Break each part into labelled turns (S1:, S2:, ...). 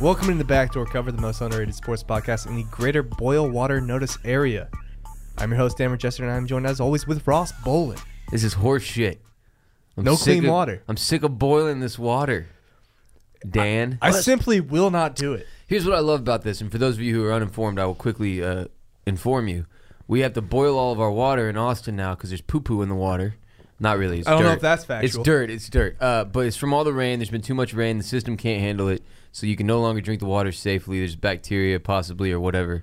S1: Welcome to the Backdoor Cover, the most underrated sports podcast in the greater Boil Water Notice area. I'm your host, Dan Rochester, and I'm joined as always with Ross Bolin.
S2: This is horse shit. I'm
S1: No
S2: sick
S1: clean
S2: of-
S1: water.
S2: I'm sick of boiling this water. Dan,
S1: I simply will not do it.
S2: here's what I love about this, and for those of you who are uninformed, I will quickly uh, inform you. We have to boil all of our water in Austin now because there's poo poo in the water. Not really. It's
S1: I don't know
S2: dirt.
S1: if that's factual.
S2: It's dirt. It's dirt. Uh, but it's from all the rain. There's been too much rain. The system can't handle it, so you can no longer drink the water safely. There's bacteria, possibly, or whatever.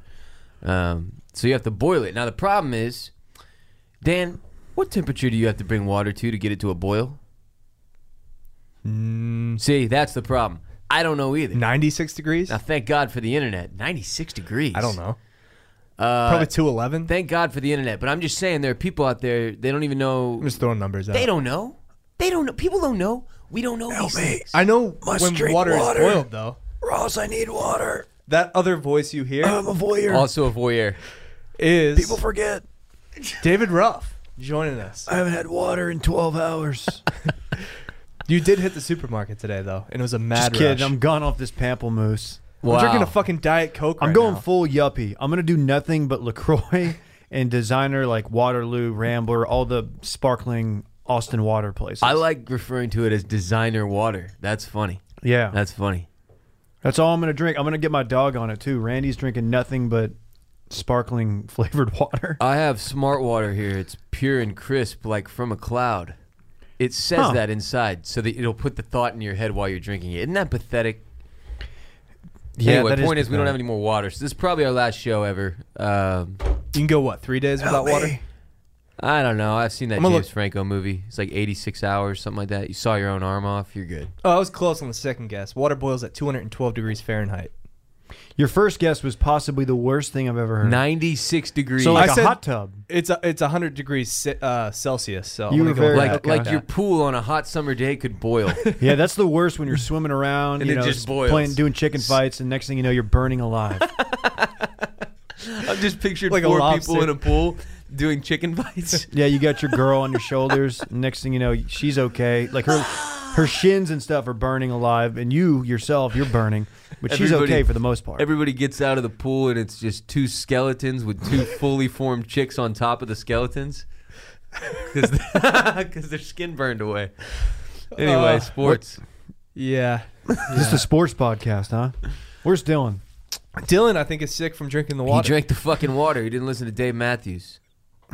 S2: Um, so you have to boil it. Now the problem is, Dan, what temperature do you have to bring water to to get it to a boil?
S1: Hmm.
S2: See, that's the problem. I don't know either.
S1: 96 degrees?
S2: Now, thank God for the internet. 96 degrees.
S1: I don't know.
S2: Uh,
S1: Probably 211.
S2: Thank God for the internet. But I'm just saying, there are people out there, they don't even know.
S1: I'm just throwing numbers out.
S2: They don't know. They don't know. People don't know. We don't know. these things.
S1: I know
S3: Must
S1: when
S3: drink
S1: water,
S3: water.
S1: is boiled, though.
S3: Ross, I need water.
S1: That other voice you hear
S3: I'm
S4: Um,
S3: a voyeur.
S2: Also a voyeur.
S1: is
S3: People forget.
S1: David Ruff joining us.
S3: I haven't had water in 12 hours.
S1: You did hit the supermarket today, though, and it was a mad
S4: Just kidding.
S1: rush.
S4: I'm gone off this pamplemousse.
S1: I'm
S2: Wow.
S1: drinking a fucking Diet Coke
S4: I'm
S1: right
S4: going
S1: now.
S4: full yuppie. I'm gonna do nothing but Lacroix and designer like Waterloo, Rambler, all the sparkling Austin water places.
S2: I like referring to it as designer water. That's funny.
S4: yeah. That's,
S2: That's funny.
S4: all I'm gonna drink. I'm gonna get my dog on it too. Randy's drinking nothing but sparkling flavored water.
S2: I have smart water here. It's pure and crisp, like from a cloud. It says
S4: Huh.
S2: that inside, so that it'll put the thought in your head while you're drinking it. Isn't that pathetic?
S4: Yeah,
S2: Anyway,
S4: that is
S2: point is, we don't
S4: pathetic.
S2: have any more water, so this is probably our last show ever. Um,
S1: You can go, what, three days without
S3: Help me.
S1: water?
S2: I don't know. I've seen that
S1: I'm
S2: James
S1: gonna look-
S2: Franco movie. It's like 86 hours, something like that. You saw your own arm off. You're good.
S1: Oh, I was close on the second guess. Water boils at 212 degrees Fahrenheit.
S4: Your first guess was possibly the worst thing I've ever heard.
S2: 96 degrees.
S4: So
S2: like,
S4: like
S1: I
S4: a
S1: said-
S4: hot tub.
S1: It's a, it's 100 degrees Ce- uh, Celsius. So I'm
S4: You were
S1: gonna go
S4: very-
S1: with
S2: like,
S1: that.
S4: okay.
S2: your pool on a hot summer day could boil.
S4: Yeah, that's the worst when you're swimming around,
S2: And
S4: you
S2: it
S4: know,
S2: just
S4: s-
S2: boils.
S4: playing, doing chicken fights, and next thing you know, you're burning alive.
S2: I've just pictured
S1: Like a
S2: four
S1: lobster.
S2: people in a pool doing chicken bites.
S4: Yeah, you got your girl on your shoulders. Next thing you know, she's okay. Like her, her shins and stuff are burning alive, and you yourself, you're burning, but she's
S2: Everybody-
S4: okay for the most part.
S2: Everybody gets out of the pool and it's just two skeletons with two fully formed chicks on top of the skeletons because their skin burned away. Anyway,
S1: Uh,
S2: sports.
S1: yeah.
S4: This is a sports podcast, huh? Where's Dylan?
S1: Dylan, I think, is sick from drinking the
S2: He
S1: water.
S2: drank the fucking water. He didn't listen to Dave Matthews.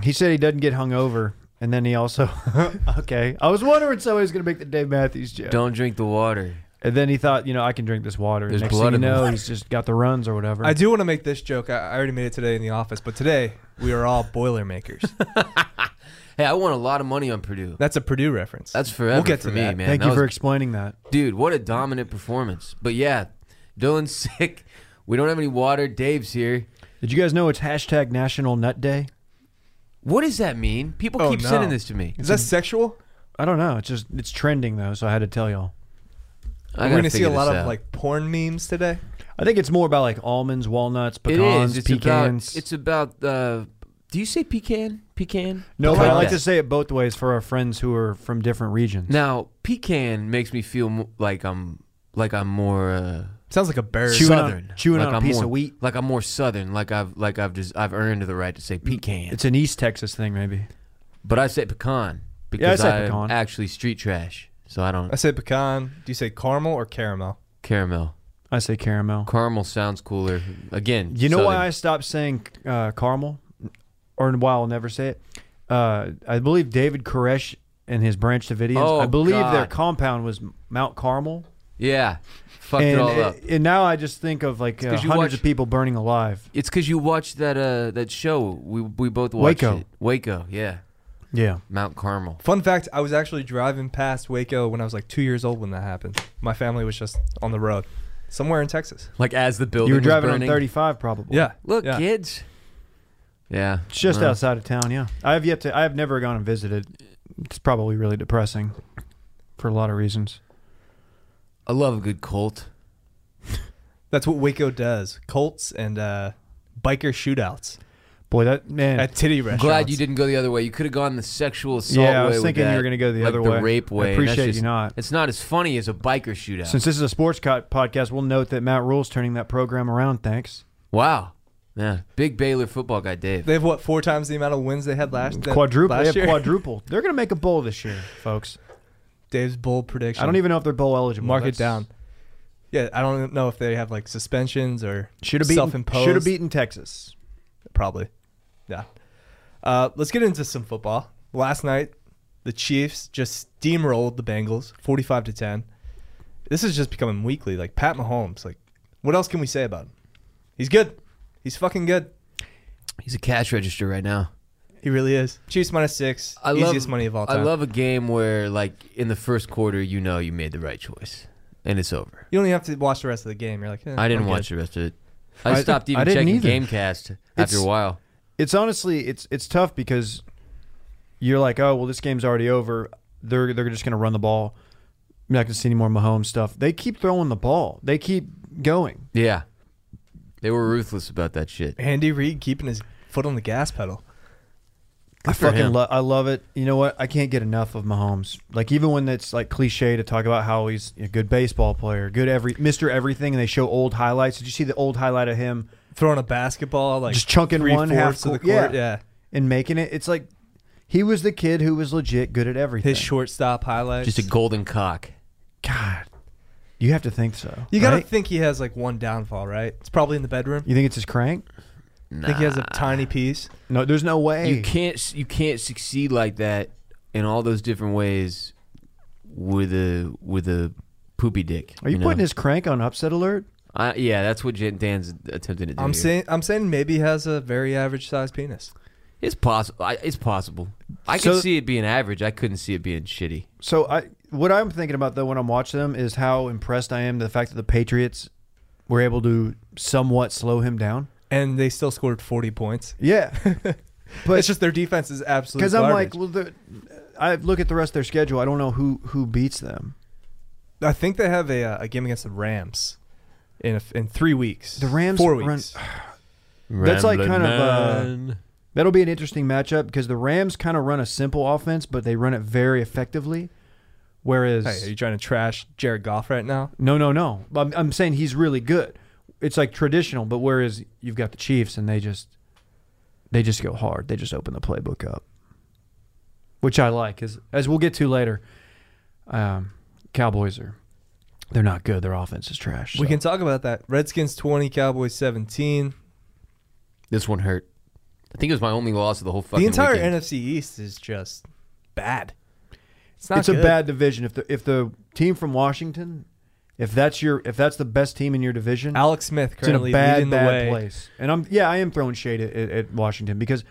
S4: He said he doesn't get hungover, and then he also okay. I was wondering somebody's gonna make the Dave Matthews joke,
S2: Don't drink the water.
S4: and then he thought, you know, I can drink this water.
S2: There's
S4: Next
S2: blood
S4: thing you
S2: in the
S4: know,
S2: water.
S4: he's just got the runs or whatever.
S1: I do want to make this joke. I, I already made it today in the office, but today we are all Boilermakers.
S2: Hey, I won a lot of money on Purdue.
S1: That's a Purdue reference.
S2: That's forever
S1: We'll get
S2: for
S1: to
S2: me,
S1: that.
S2: man.
S4: Thank
S2: That
S4: you
S2: was-
S4: for explaining that.
S2: Dude, what a dominant performance. But yeah, Dylan's sick. We don't have any water. Dave's here.
S4: Did you guys know it's hashtag National Nut Day?
S2: What does that mean? People
S1: Oh,
S2: keep
S1: no.
S2: sending this to me.
S1: Is that sexual?
S4: I don't know. It's just it's trending though, so I had to tell y'all.
S1: We're
S2: I gotta
S1: going to see
S2: figure
S1: a lot
S2: this
S1: of
S2: out.
S1: like porn memes today.
S4: I think it's more about like almonds, walnuts, pecans,
S2: it is. It's
S4: pecans.
S2: About, it's about Uh, do you say pecan? Pecan?
S4: no, but
S2: Something
S4: I like
S2: that.
S4: to say it both ways for our friends who are from different regions.
S2: Now, pecan makes me feel mo- like I'm like I'm more uh,
S1: Sounds like a bird.
S4: Chewing on-
S2: southern.
S4: chewing
S2: like
S4: on a
S2: I'm
S4: piece
S2: more-
S4: of wheat.
S2: Like I'm more southern. Like I've like I've just I've earned the right to say pecan.
S4: Mm, It's an East Texas thing, maybe.
S2: but I say pecan because
S4: Yeah, I say
S2: am
S4: pecan.
S2: actually street trash. So I don't
S1: I say pecan. Do you say caramel or caramel?
S2: caramel.
S4: I say caramel.
S2: Caramel sounds cooler. Again,
S4: You know
S2: southern.
S4: why I stopped saying uh, caramel, or why I'll never say it? Uh, I believe David Koresh and his Branch Davidians.
S2: Oh,
S4: I believe their
S2: God.
S4: compound was Mount Carmel,
S2: Yeah, fucked
S4: and
S2: it all up.
S4: and now I just think of like uh,
S2: 'cause you
S4: hundreds
S2: watch-
S4: of people burning alive.
S2: It's because you watched that uh that show. We we both watched
S4: Waco.
S2: it. Waco, yeah,
S4: Yeah,
S2: Mount Carmel.
S1: Fun fact I was actually driving past Waco when I was like two years old when that happened. My family was just on the road somewhere in Texas.
S2: Like as the building,
S4: you were driving
S2: was
S4: on
S2: burning.
S4: 35 probably.
S1: Yeah. Uh-huh.
S2: Look,
S1: yeah.
S2: kids. Yeah,
S4: It's just
S2: well,
S4: outside of town, yeah. I have yet to. I have never gone and visited. It's probably really depressing for a lot of reasons.
S2: I love a good cult.
S1: That's what Waco does. Colts and uh, biker shootouts.
S4: Boy, that man.
S1: at titty
S2: I'm
S1: restaurants.
S2: glad you didn't go the other way. You could have gone the sexual assault
S4: yeah, I
S2: way
S4: was
S2: with
S4: thinking you
S2: that,
S4: were going to go the
S2: like
S4: other
S2: the
S4: way.
S2: rape way.
S4: I
S2: and that's
S4: appreciate
S2: just-
S4: you not.
S2: It's not as funny as a biker shootout.
S4: Since this is a sports co- podcast, we'll note that Matt Rule's turning that program around. Thanks.
S2: wow. Yeah. Big Baylor football guy, Dave.
S1: They have what four times the amount of wins they had last than
S4: quadruple.
S1: Last
S4: They
S1: year?
S4: have quadruple. They're going to make a bowl this year, folks.
S1: Dave's bold prediction.
S4: I don't even know if they're bowl eligible.
S1: mark it
S4: That's-
S1: down. Yeah, I don't know if they have like suspensions or
S4: Should have beaten.
S1: self-imposed.
S4: Should have beaten Texas.
S1: probably. Yeah. Uh, let's get into some football. Last night, the Chiefs just steamrolled the Bengals, forty-five to ten. This is just becoming weekly. Like Pat Mahomes. Like, what else can we say about him? He's good. He's fucking good.
S2: He's a cash register right now.
S1: He really is. Chiefs minus six.
S2: I love-
S1: easiest money of all time.
S2: I love a game where, like, in the first quarter, you know you made the right choice, and it's over.
S1: you don't even have to watch the rest of the game. You're like, eh,
S2: I didn't
S1: I'm
S2: watch
S1: good.
S2: the rest of it.
S4: I-
S2: I stopped
S4: I
S2: even
S4: didn't
S2: checking
S4: either.
S2: GameCast after
S4: It's-
S2: a while.
S4: It's honestly, it's it's tough because you're like, oh well, this game's already over. They're they're just going to run the ball. I'm not going to see any more Mahomes stuff. They keep throwing the ball. They keep going.
S2: Yeah, they were ruthless about that shit.
S1: Andy Reid keeping his foot on the gas pedal.
S4: I
S2: for
S4: fucking
S2: him.
S4: love. I love it. You know what? I can't get enough of Mahomes. Like even when it's like cliche to talk about how he's a good baseball player, good every Mister Everything, and they show old highlights. Did you see the old highlight of him
S1: Throwing a basketball, like
S4: just chunking
S1: three
S4: one half
S1: fourths of the
S4: court-
S1: court. Yeah.
S4: and making it? It's like he was the kid who was legit good at everything.
S1: His shortstop highlights.
S2: Just a golden cock.
S4: God, you have to think so.
S1: you gotta
S4: right?
S1: think he has like one downfall, right? It's probably in the bedroom.
S4: You think it's his crank?
S1: I think he has a tiny piece.
S4: No, there's no way.
S2: You can't you can't succeed like that in all those different ways with a with a poopy dick.
S4: Are you,
S2: know?
S4: putting his crank on upset alert?
S2: I, yeah, that's what Jan- Dan's attempting to do.
S1: I'm
S2: here.
S1: saying, I'm saying, maybe he has a very average sized penis.
S2: it's possible. It's possible. I
S4: So-
S2: could see it being average. I couldn't see it being shitty.
S4: So I, what I'm thinking about though when I'm watching them is how impressed I am to the fact that the Patriots were able to somewhat slow him down.
S1: And they still scored 40 points.
S4: Yeah,
S1: But
S4: But-
S1: it's just their defense is absolutely
S4: because I'm
S1: garbage.
S4: like, well, the, I look at the rest of their schedule. I don't know who who beats them.
S1: I think they have a, uh, a game against the Rams in a, in three weeks.
S4: The Rams
S1: four
S4: run-
S1: weeks.
S4: That's like kind of, uh,
S2: Ramblin'
S4: That'll be an interesting matchup because the Rams kind of run a simple offense, but they run it very effectively. Whereas,
S1: Hey, are you trying to trash Jared Goff right now?
S4: no, no, no. I'm, I'm saying he's really good. It's like traditional, but whereas you've got the Chiefs and they just they just go hard. They just open the playbook up, which I like. As as we'll get to later, um, Cowboys are they're not good. Their offense is trash.
S1: We
S4: so.
S1: can talk about that. Redskins 20, Cowboys 17.
S2: This one hurt. I think it was my only loss of the whole fucking
S1: the entire
S2: weekend.
S1: NFC East is just bad. It's not
S4: it's
S1: good.
S4: a bad division. If the if the team from Washington, if that's your if that's the best team in your division,
S1: Alex Smith
S4: it's in
S1: currently
S4: a bad
S1: leading the way.
S4: bad place. And I'm yeah, I am throwing shade at, at, at Washington because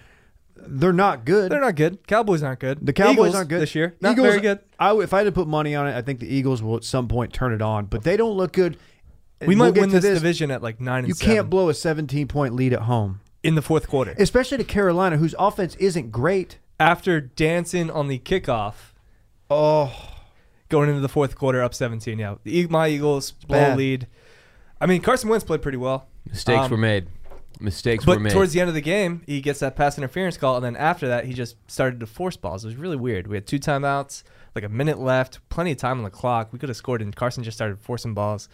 S4: they're not good.
S1: They're not good. Cowboys aren't good.
S4: the Cowboys
S1: Eagles
S4: aren't good
S1: this year. Not
S4: Eagles-
S1: very good.
S4: I, would- if I had to put money on it, I think the Eagles will at some point turn it on, but they don't look good. And
S1: We
S4: we'll
S1: might
S4: get
S1: win
S4: to
S1: this, division at like nine and
S4: You
S1: seven
S4: can't blow a 17 point lead at home,
S1: in the fourth quarter.
S4: especially to Carolina, whose offense isn't great.
S1: After dancing on the kickoff,
S4: Oh,
S1: going into the fourth quarter, up seventeen. Yeah, the, E- my Eagles blow a
S4: Bad.
S1: lead. I mean, Carson Wentz played pretty well,
S2: Mistakes
S1: Um,
S2: were made. Mistakes were
S1: but
S2: made.
S1: towards the end of the game, he gets that pass interference call, and then after that, he just started to force balls. It was really weird. We had two timeouts, like a minute left, plenty of time on the clock. We could have scored, and Carson just started forcing balls.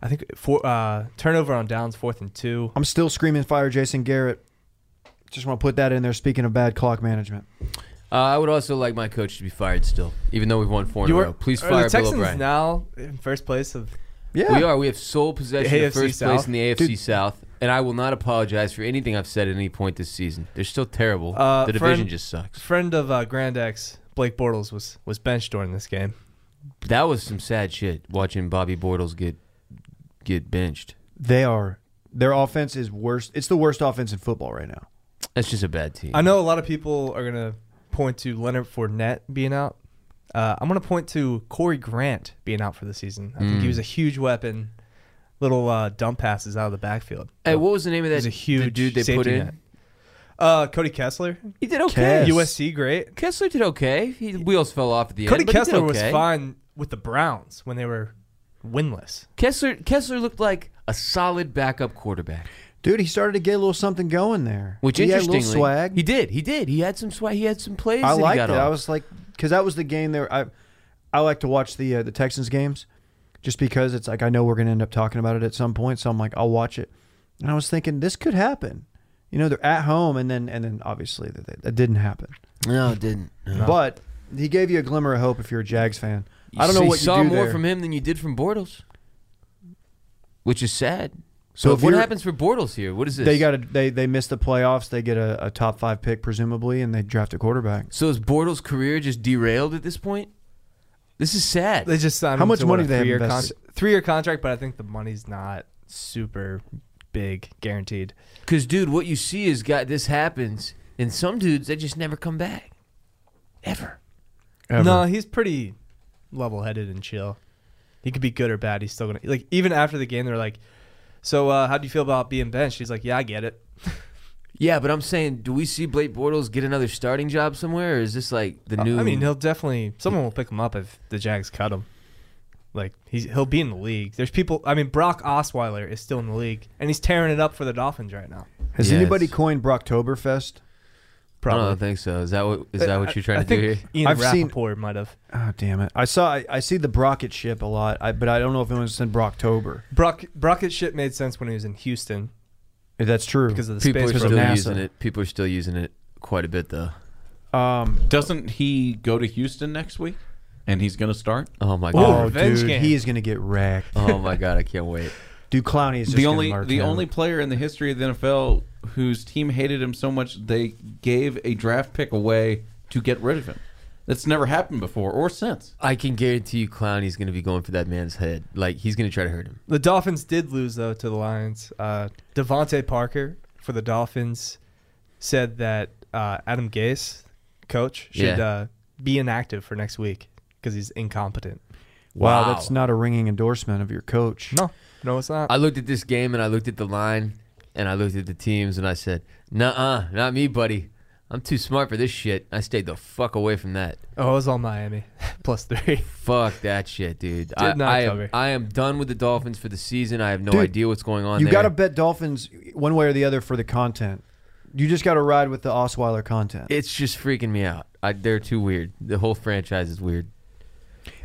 S1: I think for, uh, turnover on downs, fourth and two.
S4: I'm still screaming fire Jason Garrett. Just want to put that in there. Speaking of bad clock management,
S2: uh, I would also like my coach to be fired still, even though we've won four in
S1: You
S2: a
S1: are-
S2: row. Please
S1: are
S2: fire
S1: the
S2: Bill
S1: Texans
S2: O'Brien.
S1: now in first place of
S4: yeah,
S2: We are. We have sole possession
S1: The
S2: of
S1: AFC
S2: first
S1: South.
S2: place in the AFC South, and I will not apologize for anything I've said at any point this season. They're still terrible.
S1: Uh,
S2: the division
S1: friend-
S2: just sucks.
S1: friend of uh, Grand X, Blake Bortles was was benched during this game.
S2: That was some sad shit watching Bobby Bortles get get benched.
S4: They are. Their offense is worse. It's the worst offense in football right now.
S2: That's just a bad team.
S1: I know a lot of people are gonna point to Leonard Fournette being out. Uh, I'm gonna point to Corey Grant being out for the season. I think he
S2: Mm.
S1: was a huge weapon. Little uh, dump passes out of the backfield.
S2: Hey, what was the name
S1: He
S2: of that
S1: was a
S2: the
S1: huge
S2: dude they
S1: safety
S2: put in?
S1: net. Uh, Cody Kessler,
S2: He did okay.
S4: Yes.
S1: USC great.
S2: Kessler did okay. He, wheels fell off at the
S1: Cody
S2: end. but he did
S1: Kessler was
S2: okay.
S1: fine with the Browns when they were winless.
S2: Kessler Kessler looked like a solid backup quarterback.
S4: Dude, he started to get a little something going there.
S2: Which
S4: he had a
S2: interestingly,
S4: little swag.
S2: he did. He did. He had some swag. He had some plays.
S4: I
S2: that he
S4: liked it.
S2: got
S4: I
S2: off.
S4: was like, because that was the game there. I I like to watch the uh, the Texans games, just because it's like I know we're gonna end up talking about it at some point. So I'm like, I'll watch it. And I was thinking this could happen. You know, they're at home, and then and then obviously that, that, that didn't happen.
S2: No, it didn't. No.
S4: But he gave you a glimmer of hope if you're a Jags fan. I don't
S2: So
S4: know what
S2: you saw
S4: you do
S2: more
S4: there.
S2: from him than you did from Bortles, which is sad.
S4: So
S2: So
S4: if
S2: what
S4: you're-
S2: happens for Bortles here? What is this?
S4: They got a, they they miss the playoffs. They get a, a top five pick presumably, and they draft a quarterback.
S2: so is Bortles' career just derailed at this point? This is sad.
S1: They just signed
S4: How
S1: him
S4: much
S1: to, what,
S4: money
S1: a
S4: they have
S1: three-year
S4: invested?
S1: three-year contract, but I think the money's not super big guaranteed.
S2: Because, dude, what you see is got this happens, and some dudes they just never come back, ever.
S1: No, he's pretty level-headed and chill. He could be good or bad. He's still gonna like even after the game. They're like, "So uh, how do you feel about being benched?" He's like, "Yeah, I get it."
S2: Yeah, but I'm saying, do we see Blake Bortles get another starting job somewhere, or is this like the
S1: Uh, I-
S2: new?
S1: I mean, he'll definitely someone will pick him up if the Jags cut him. Like he's he'll be in the league. There's people. I mean, Brock Osweiler is still in the league, and he's tearing it up for the Dolphins right now.
S4: Has
S2: Yes.
S4: anybody coined Brocktoberfest?
S2: I don't think so. Is that what is that what you're trying
S1: I
S2: to do
S1: think
S2: here?
S1: Ian
S4: I've seen-
S1: Rappaport might have.
S4: Oh damn it! I saw I, I see the Brocket ship a lot, I, but I don't know if anyone's said Brocktober.
S1: Brock Brockett shit made sense when he was in Houston
S4: If that's true.
S1: because of the
S2: People are
S1: space.
S4: because
S2: still
S4: of
S1: program.
S4: NASA.
S2: using it. People are still using it quite a bit, though.
S4: um,
S5: Doesn't he go to Houston next week? And he's going to start?
S2: Oh my
S4: oh
S2: god.
S1: revenge
S4: dude,
S1: game.
S4: he is gonna get wrecked.
S2: Oh my god, I can't wait.
S4: Dude, Clowney is just
S5: the
S4: gonna
S5: only
S4: murk
S5: the
S4: him.
S5: only player in the history of the NFL whose team hated him so much they gave a draft pick away to get rid of him. That's never happened before or since.
S2: I can guarantee you Clowney's gonna be going for that man's head. Like he's gonna try to hurt him.
S1: The Dolphins did lose though to the Lions. Uh, Devonte Parker for the Dolphins said that uh, Adam Gase, coach, should
S2: Yeah.
S1: uh, be inactive for next week because he's incompetent.
S4: wow,
S2: Wow.
S4: that's not a ringing endorsement of your coach.
S1: No, no, it's not.
S2: I looked at this game and I looked at the line and I looked at the teams and I said, Nuh uh, not me, buddy. I'm too smart for this shit. I stayed the fuck away from that.
S1: oh, it was all Miami plus three.
S2: Fuck that shit, dude. I,
S1: not
S2: I, am,
S1: cover.
S2: I am done with the Dolphins for the season. I have no
S4: Dude,
S2: idea what's going on
S4: you
S2: there.
S4: got to bet Dolphins one way or the other for the content. You just got to ride with the Osweiler content. It,
S2: it's just freaking me out. I, they're too weird. The whole franchise is weird.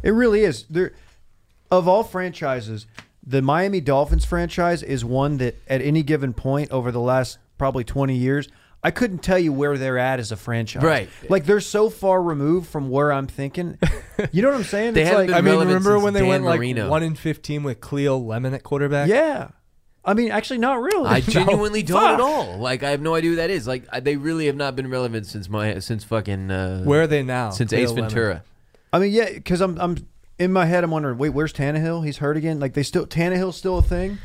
S4: really is. There, of all franchises, the Miami Dolphins franchise is one that at any given point over the last probably twenty years. I couldn't tell you where they're at as a franchise.
S2: Right.
S4: Like they're so far removed from where I'm thinking. You know what I'm saying?
S2: They
S4: it's
S2: haven't
S4: like,
S2: been
S1: I mean,
S2: relevant
S1: remember
S2: since
S1: when they
S2: Dan
S1: went like
S2: Marino.
S1: one in fifteen with Cleo Lemon at quarterback?
S4: Yeah. I mean, actually, not really.
S2: I genuinely don't
S4: Fuck.
S2: at all. Like I have no idea who that is. Like I, they really have not been relevant since my since fucking uh,
S1: Where are they now?
S2: since
S1: Cleo
S2: Ace
S1: Lemon.
S2: Ventura.
S4: I mean, yeah, because I'm, I'm in my head, I'm wondering, wait, where's Tannehill? He's hurt again. Like they still Tannehill's still a thing.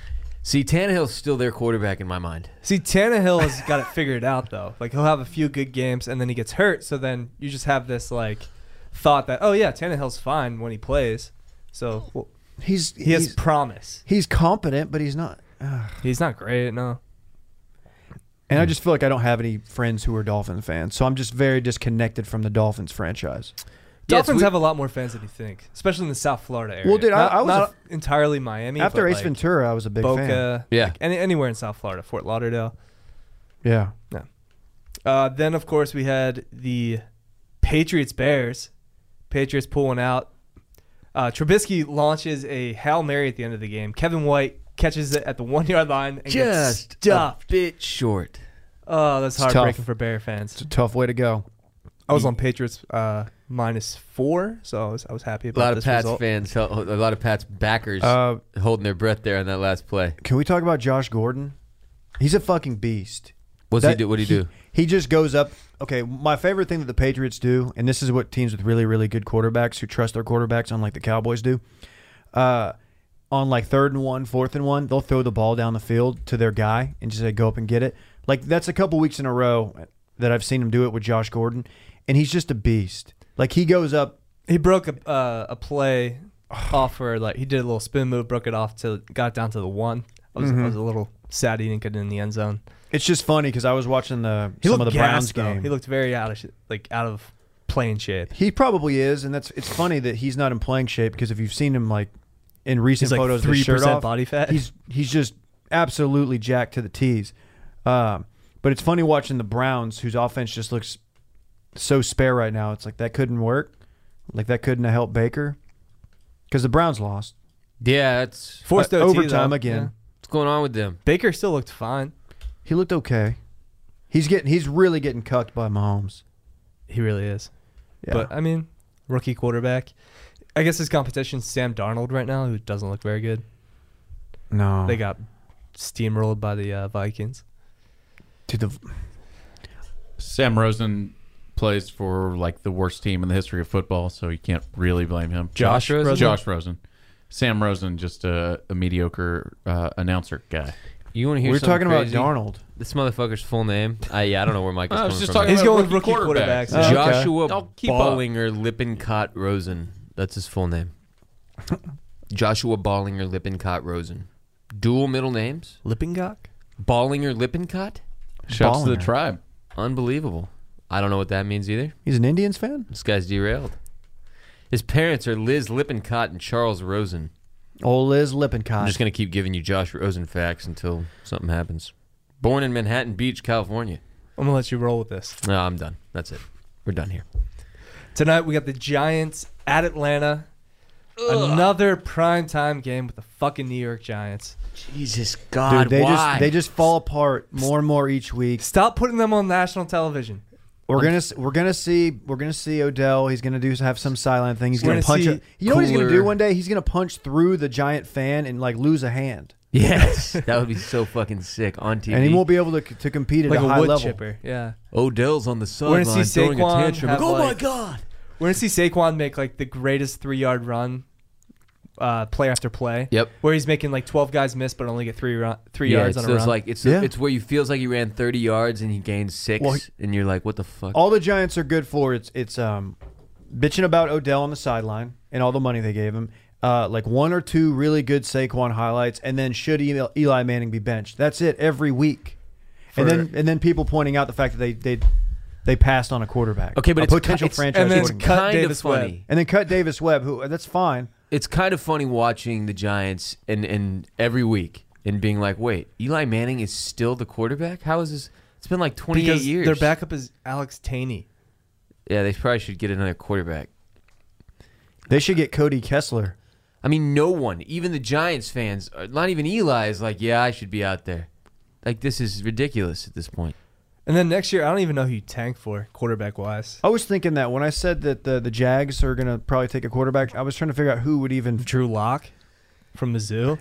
S2: See, Tannehill's still their quarterback in my mind.
S1: See, Tannehill has got it figured out though. Like he'll have a few good games and then he gets hurt, so then you just have this like thought that oh yeah, Tannehill's fine when he plays. So well,
S4: He's
S1: he has
S4: he's,
S1: promise.
S4: he's competent, but he's not. Ugh.
S1: He's not great, no.
S4: And I just feel like I don't have any friends who are Dolphin fans, so I'm just very disconnected from the Dolphins franchise.
S2: Yeah, it's
S1: Dolphins
S2: weird.
S1: have a lot more fans than you think, especially in the South Florida area.
S4: Well, dude, I-
S1: not,
S4: I was
S1: not
S4: a-
S1: entirely Miami.
S4: After
S1: but,
S4: Ace
S1: like,
S4: Ventura, I was a big fan.
S1: Boca,
S2: Yeah.
S1: like, any, anywhere in South Florida, Fort Lauderdale.
S4: Yeah,
S1: Uh, then, of course, we had the Patriots Bears. Patriots pulling out. Uh, Trubisky launches a Hail Mary at the end of the game. Kevin White catches it at the one yard line and gets
S2: Just a
S1: stuffed.
S2: bit short.
S1: Oh, that's
S4: It's tough.
S1: heartbreaking for Bear
S4: it's
S1: fans.
S4: a tough way to go.
S1: I was on Patriots uh, minus four, so I was, I was happy
S2: A
S1: about
S2: lot of
S1: this
S2: Pats
S1: result.
S2: fans, a lot of Pats backers
S4: Uh,
S2: holding their breath there on that last play.
S4: can we talk about Josh Gordon? He's a fucking beast.
S2: What's he
S4: That-
S2: do? What do he do?
S4: He just goes up. Okay, my favorite thing that the Patriots do, and this is what teams with really, really good quarterbacks who trust their quarterbacks, unlike the Cowboys do, uh, on like third and one, fourth and one, they'll throw the ball down the field to their guy and just say, go up and get it. Like, that's a couple weeks in a row that I've seen him do it with Josh Gordon, and he's just a beast. Like, he goes up.
S1: He broke a, uh, a play
S2: Oh.
S1: off for, like, he did a little spin move, broke it off, to got it down to the one. I was,
S2: Mm-hmm.
S1: I was a little sad he didn't get in the end zone.
S4: It's just funny because I was watching the
S1: He
S4: some of
S1: looked
S4: the Browns
S1: gassed, though.
S4: game.
S1: He looked very out of sh- like out of playing shape.
S4: He probably is, and that's it's funny that he's not in playing shape because if you've seen him like in recent
S1: He's like
S4: photos, with
S1: three
S4: his shirt
S1: percent
S4: off,
S1: body fat.
S4: He's he's just absolutely jacked to the tees. Um, but it's funny watching the Browns, whose offense just looks so spare right now. It's like that couldn't work. Like that couldn't have helped Baker because the Browns lost
S2: Yeah, that's
S1: Forced
S4: Uh,
S1: OT,
S4: overtime
S1: though.
S4: again.
S1: Yeah.
S2: what's going on with them.
S1: Baker still looked fine.
S4: He looked okay. He's getting he's really getting cucked by Mahomes.
S1: He really is.
S4: Yeah.
S1: But I mean, rookie quarterback. I guess his competition's Sam Darnold right now, who doesn't look very good.
S4: no,
S1: They got steamrolled by the uh, Vikings.
S4: to the
S5: Sam Rosen plays for like the worst team in the history of football, so you can't really blame him.
S1: Josh Rosen?
S5: Josh Rosen. Sam Rosen, just a, a mediocre uh, announcer guy.
S2: You want to
S4: we
S2: hear?
S4: were
S2: something
S4: talking
S2: crazy?
S4: about Darnold.
S2: This motherfucker's full name. I yeah, I don't know where Mike is
S5: I
S2: coming
S5: was just
S2: from.
S5: talking
S1: He's
S5: about
S1: going
S5: rookie
S1: rookie
S5: quarterbacks.
S1: quarterbacks.
S4: Oh, okay.
S2: Joshua
S5: I'll keep up.
S2: Ballinger Lippincott Rosen. That's his full name. Joshua Ballinger Lippincott Rosen. Dual middle names.
S1: Lippincott?
S2: Ballinger Lippincott.
S5: Shouts to the
S4: Ballinger.
S5: tribe.
S2: Unbelievable. I don't know what that means either.
S4: He's an Indians fan.
S2: This guy's derailed. His parents are Liz Lippincott and Charles Rosen.
S4: Old Liz
S2: I'm
S4: Lippincott.
S2: just gonna keep giving you Josh Rosen facts until something happens. Born in Manhattan Beach, California.
S1: I'm gonna let you roll with this.
S2: No, I'm done. That's it. We're done here.
S1: Tonight we got the Giants at Atlanta. Another primetime game with the fucking New York Giants.
S2: Jesus
S4: Dude,
S2: God,
S4: they
S2: why?
S4: just they just fall apart more and more each week.
S1: Stop putting them on national television.
S4: We're gonna s- we're gonna see we're gonna see Odell. He's gonna do have some silent thing. He's
S1: We're
S4: gonna,
S1: gonna
S4: punch.
S1: see
S4: A, you know what he's gonna
S2: cooler-
S4: do one day? He's gonna punch through the giant fan and like lose a hand,
S2: yes, that would be so fucking sick on TV.
S4: and he won't be able to c- to compete at
S1: Like
S4: a,
S1: a,
S4: high
S1: wood
S4: level.
S1: chipper. Yeah.
S2: Odell's on the
S1: gonna
S2: sideline
S1: see
S2: throwing a
S1: Saquon
S2: tantrum.
S1: have,
S2: oh my
S1: like-
S2: god!
S1: We're gonna see Saquon make like the greatest three yard run uh, play after play.
S2: Yep.
S1: Where he's making like twelve guys miss but only get three run- three
S2: yeah,
S1: yards
S2: it's
S1: on a
S2: those,
S1: run.
S2: like it's
S4: Yeah.
S2: it's where you feels like he ran 30 yards and he gained six,
S4: Well, he-
S2: and you're like, what the fuck?
S4: All the Giants are good for it's it's um bitching about Odell on the sideline and all the money they gave him. Uh, like one or two really good Saquon highlights, and then should Eli, Eli Manning be benched? That's it every week. and
S1: For-
S4: then and then people pointing out the fact that they they they passed on a quarterback.
S2: Okay, but
S4: a
S2: it's ki-
S4: potential
S2: it's-
S4: franchise
S1: and then it's
S4: quarterback.
S1: cut
S2: kind of
S1: Davis Webb.
S2: funny.
S4: And then cut Davis Webb, who that's fine.
S2: It's kind of funny watching the Giants and and every week and being like, wait, Eli Manning is still the quarterback? How is this? It's been like 28
S1: because
S2: years.
S1: their backup is Alex Taney.
S2: Yeah, they probably should get another quarterback.
S4: They should get Cody Kessler.
S2: I mean, no one, even the Giants fans, uh, not even Eli, is like, yeah, I should be out there. Like, this is ridiculous at this point.
S1: And then next year I don't even know who you tank for quarterback wise.
S4: I was thinking that when I said that the the Jags are gonna probably take a quarterback, I was trying to figure out who would even.
S1: Drew Locke from Mizzou.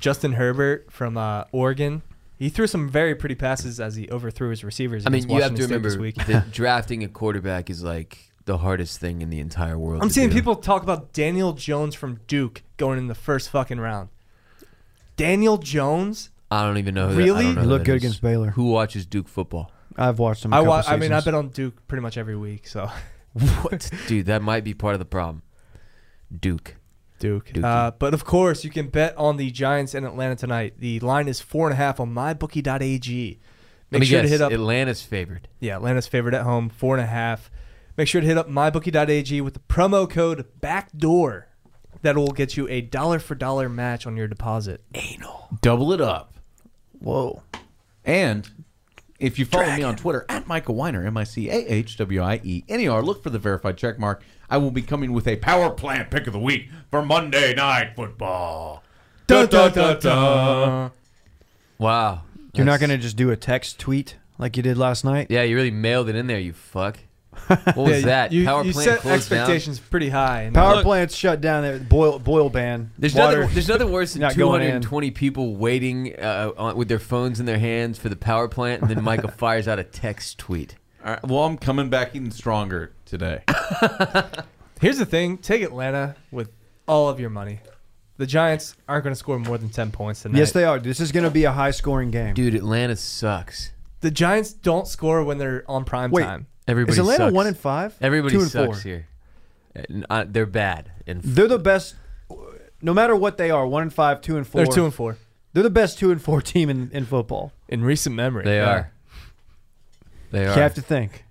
S1: Justin Herbert from uh, Oregon. He threw some very pretty passes as he overthrew his receivers.
S2: I mean,
S1: against
S2: you have to
S1: Washington State
S2: remember
S1: this week.
S2: that drafting a quarterback is like the hardest thing in the entire world.
S1: I'm
S2: to
S1: seeing
S2: do.
S1: people talk about Daniel Jones from Duke going in the first fucking round. Daniel Jones?
S2: I don't even know. Who
S1: Really?
S2: That, I don't know
S4: He
S2: who
S4: looked
S2: that
S4: good
S2: is.
S4: against Baylor.
S2: Who watches Duke football?
S4: I've watched him. I
S1: I, wa- I mean, I bet on Duke pretty much every week. So
S2: What, dude? That might be part of the problem. Duke.
S1: Duke.
S2: Duke.
S1: Uh, but of course, you can bet on the Giants in Atlanta tonight. The line is four and a half on mybookie.ag.
S2: Let
S1: Make
S2: me
S1: sure to
S2: guess,
S1: hit up
S2: Atlanta's favored.
S1: Yeah, Atlanta's favorite at home, four and a half. Make sure to hit up mybookie.ag with the promo code BACKDOOR. That will get you a dollar for dollar match on your deposit.
S5: Double it up.
S4: Whoa.
S5: And if you follow me on Twitter at Michael Weiner, M I C A H W I E N E R, look for the verified check mark. I will be coming with a power plant pick of the week for Monday Night Football. Da, da, da, da.
S2: Wow.
S4: You're not
S2: That's-
S4: going to just do a text tweet like you did last night?
S2: Yeah, you really mailed it in there. You fuck. What was
S1: Yeah,
S2: that?
S1: You,
S2: Power
S1: you
S2: plant
S1: set
S2: closed down?
S1: expectations pretty high. And
S4: Power
S1: Look,
S4: plants shut down. There, boil boil ban.
S2: There's
S4: Water.
S2: nothing. There's nothing worse than
S4: Not going
S2: 220 people waiting uh, on, with their phones in their hands for the power plant, and then Micah fires out a text tweet.
S5: All right, well, I'm coming back even stronger today.
S1: here's the thing take Atlanta with all of your money. The Giants aren't going to score more than 10 points tonight.
S4: Yes, they are. This is going to be a high scoring game.
S2: Dude, Atlanta sucks.
S1: The Giants don't score when they're on prime
S4: Wait.
S1: time.
S2: Everybody
S4: is Atlanta
S2: sucks.
S4: one and five?
S2: Everybody
S4: two and
S2: sucks
S4: four.
S2: here. Uh, n- uh, they're bad. And f-
S4: They're the best. No matter what they are, one and five, two and four.
S1: They're 2 and 4
S4: They're the best two and four team in, in football.
S1: in recent memory.
S2: they are. They
S4: You
S2: are.
S4: have to think.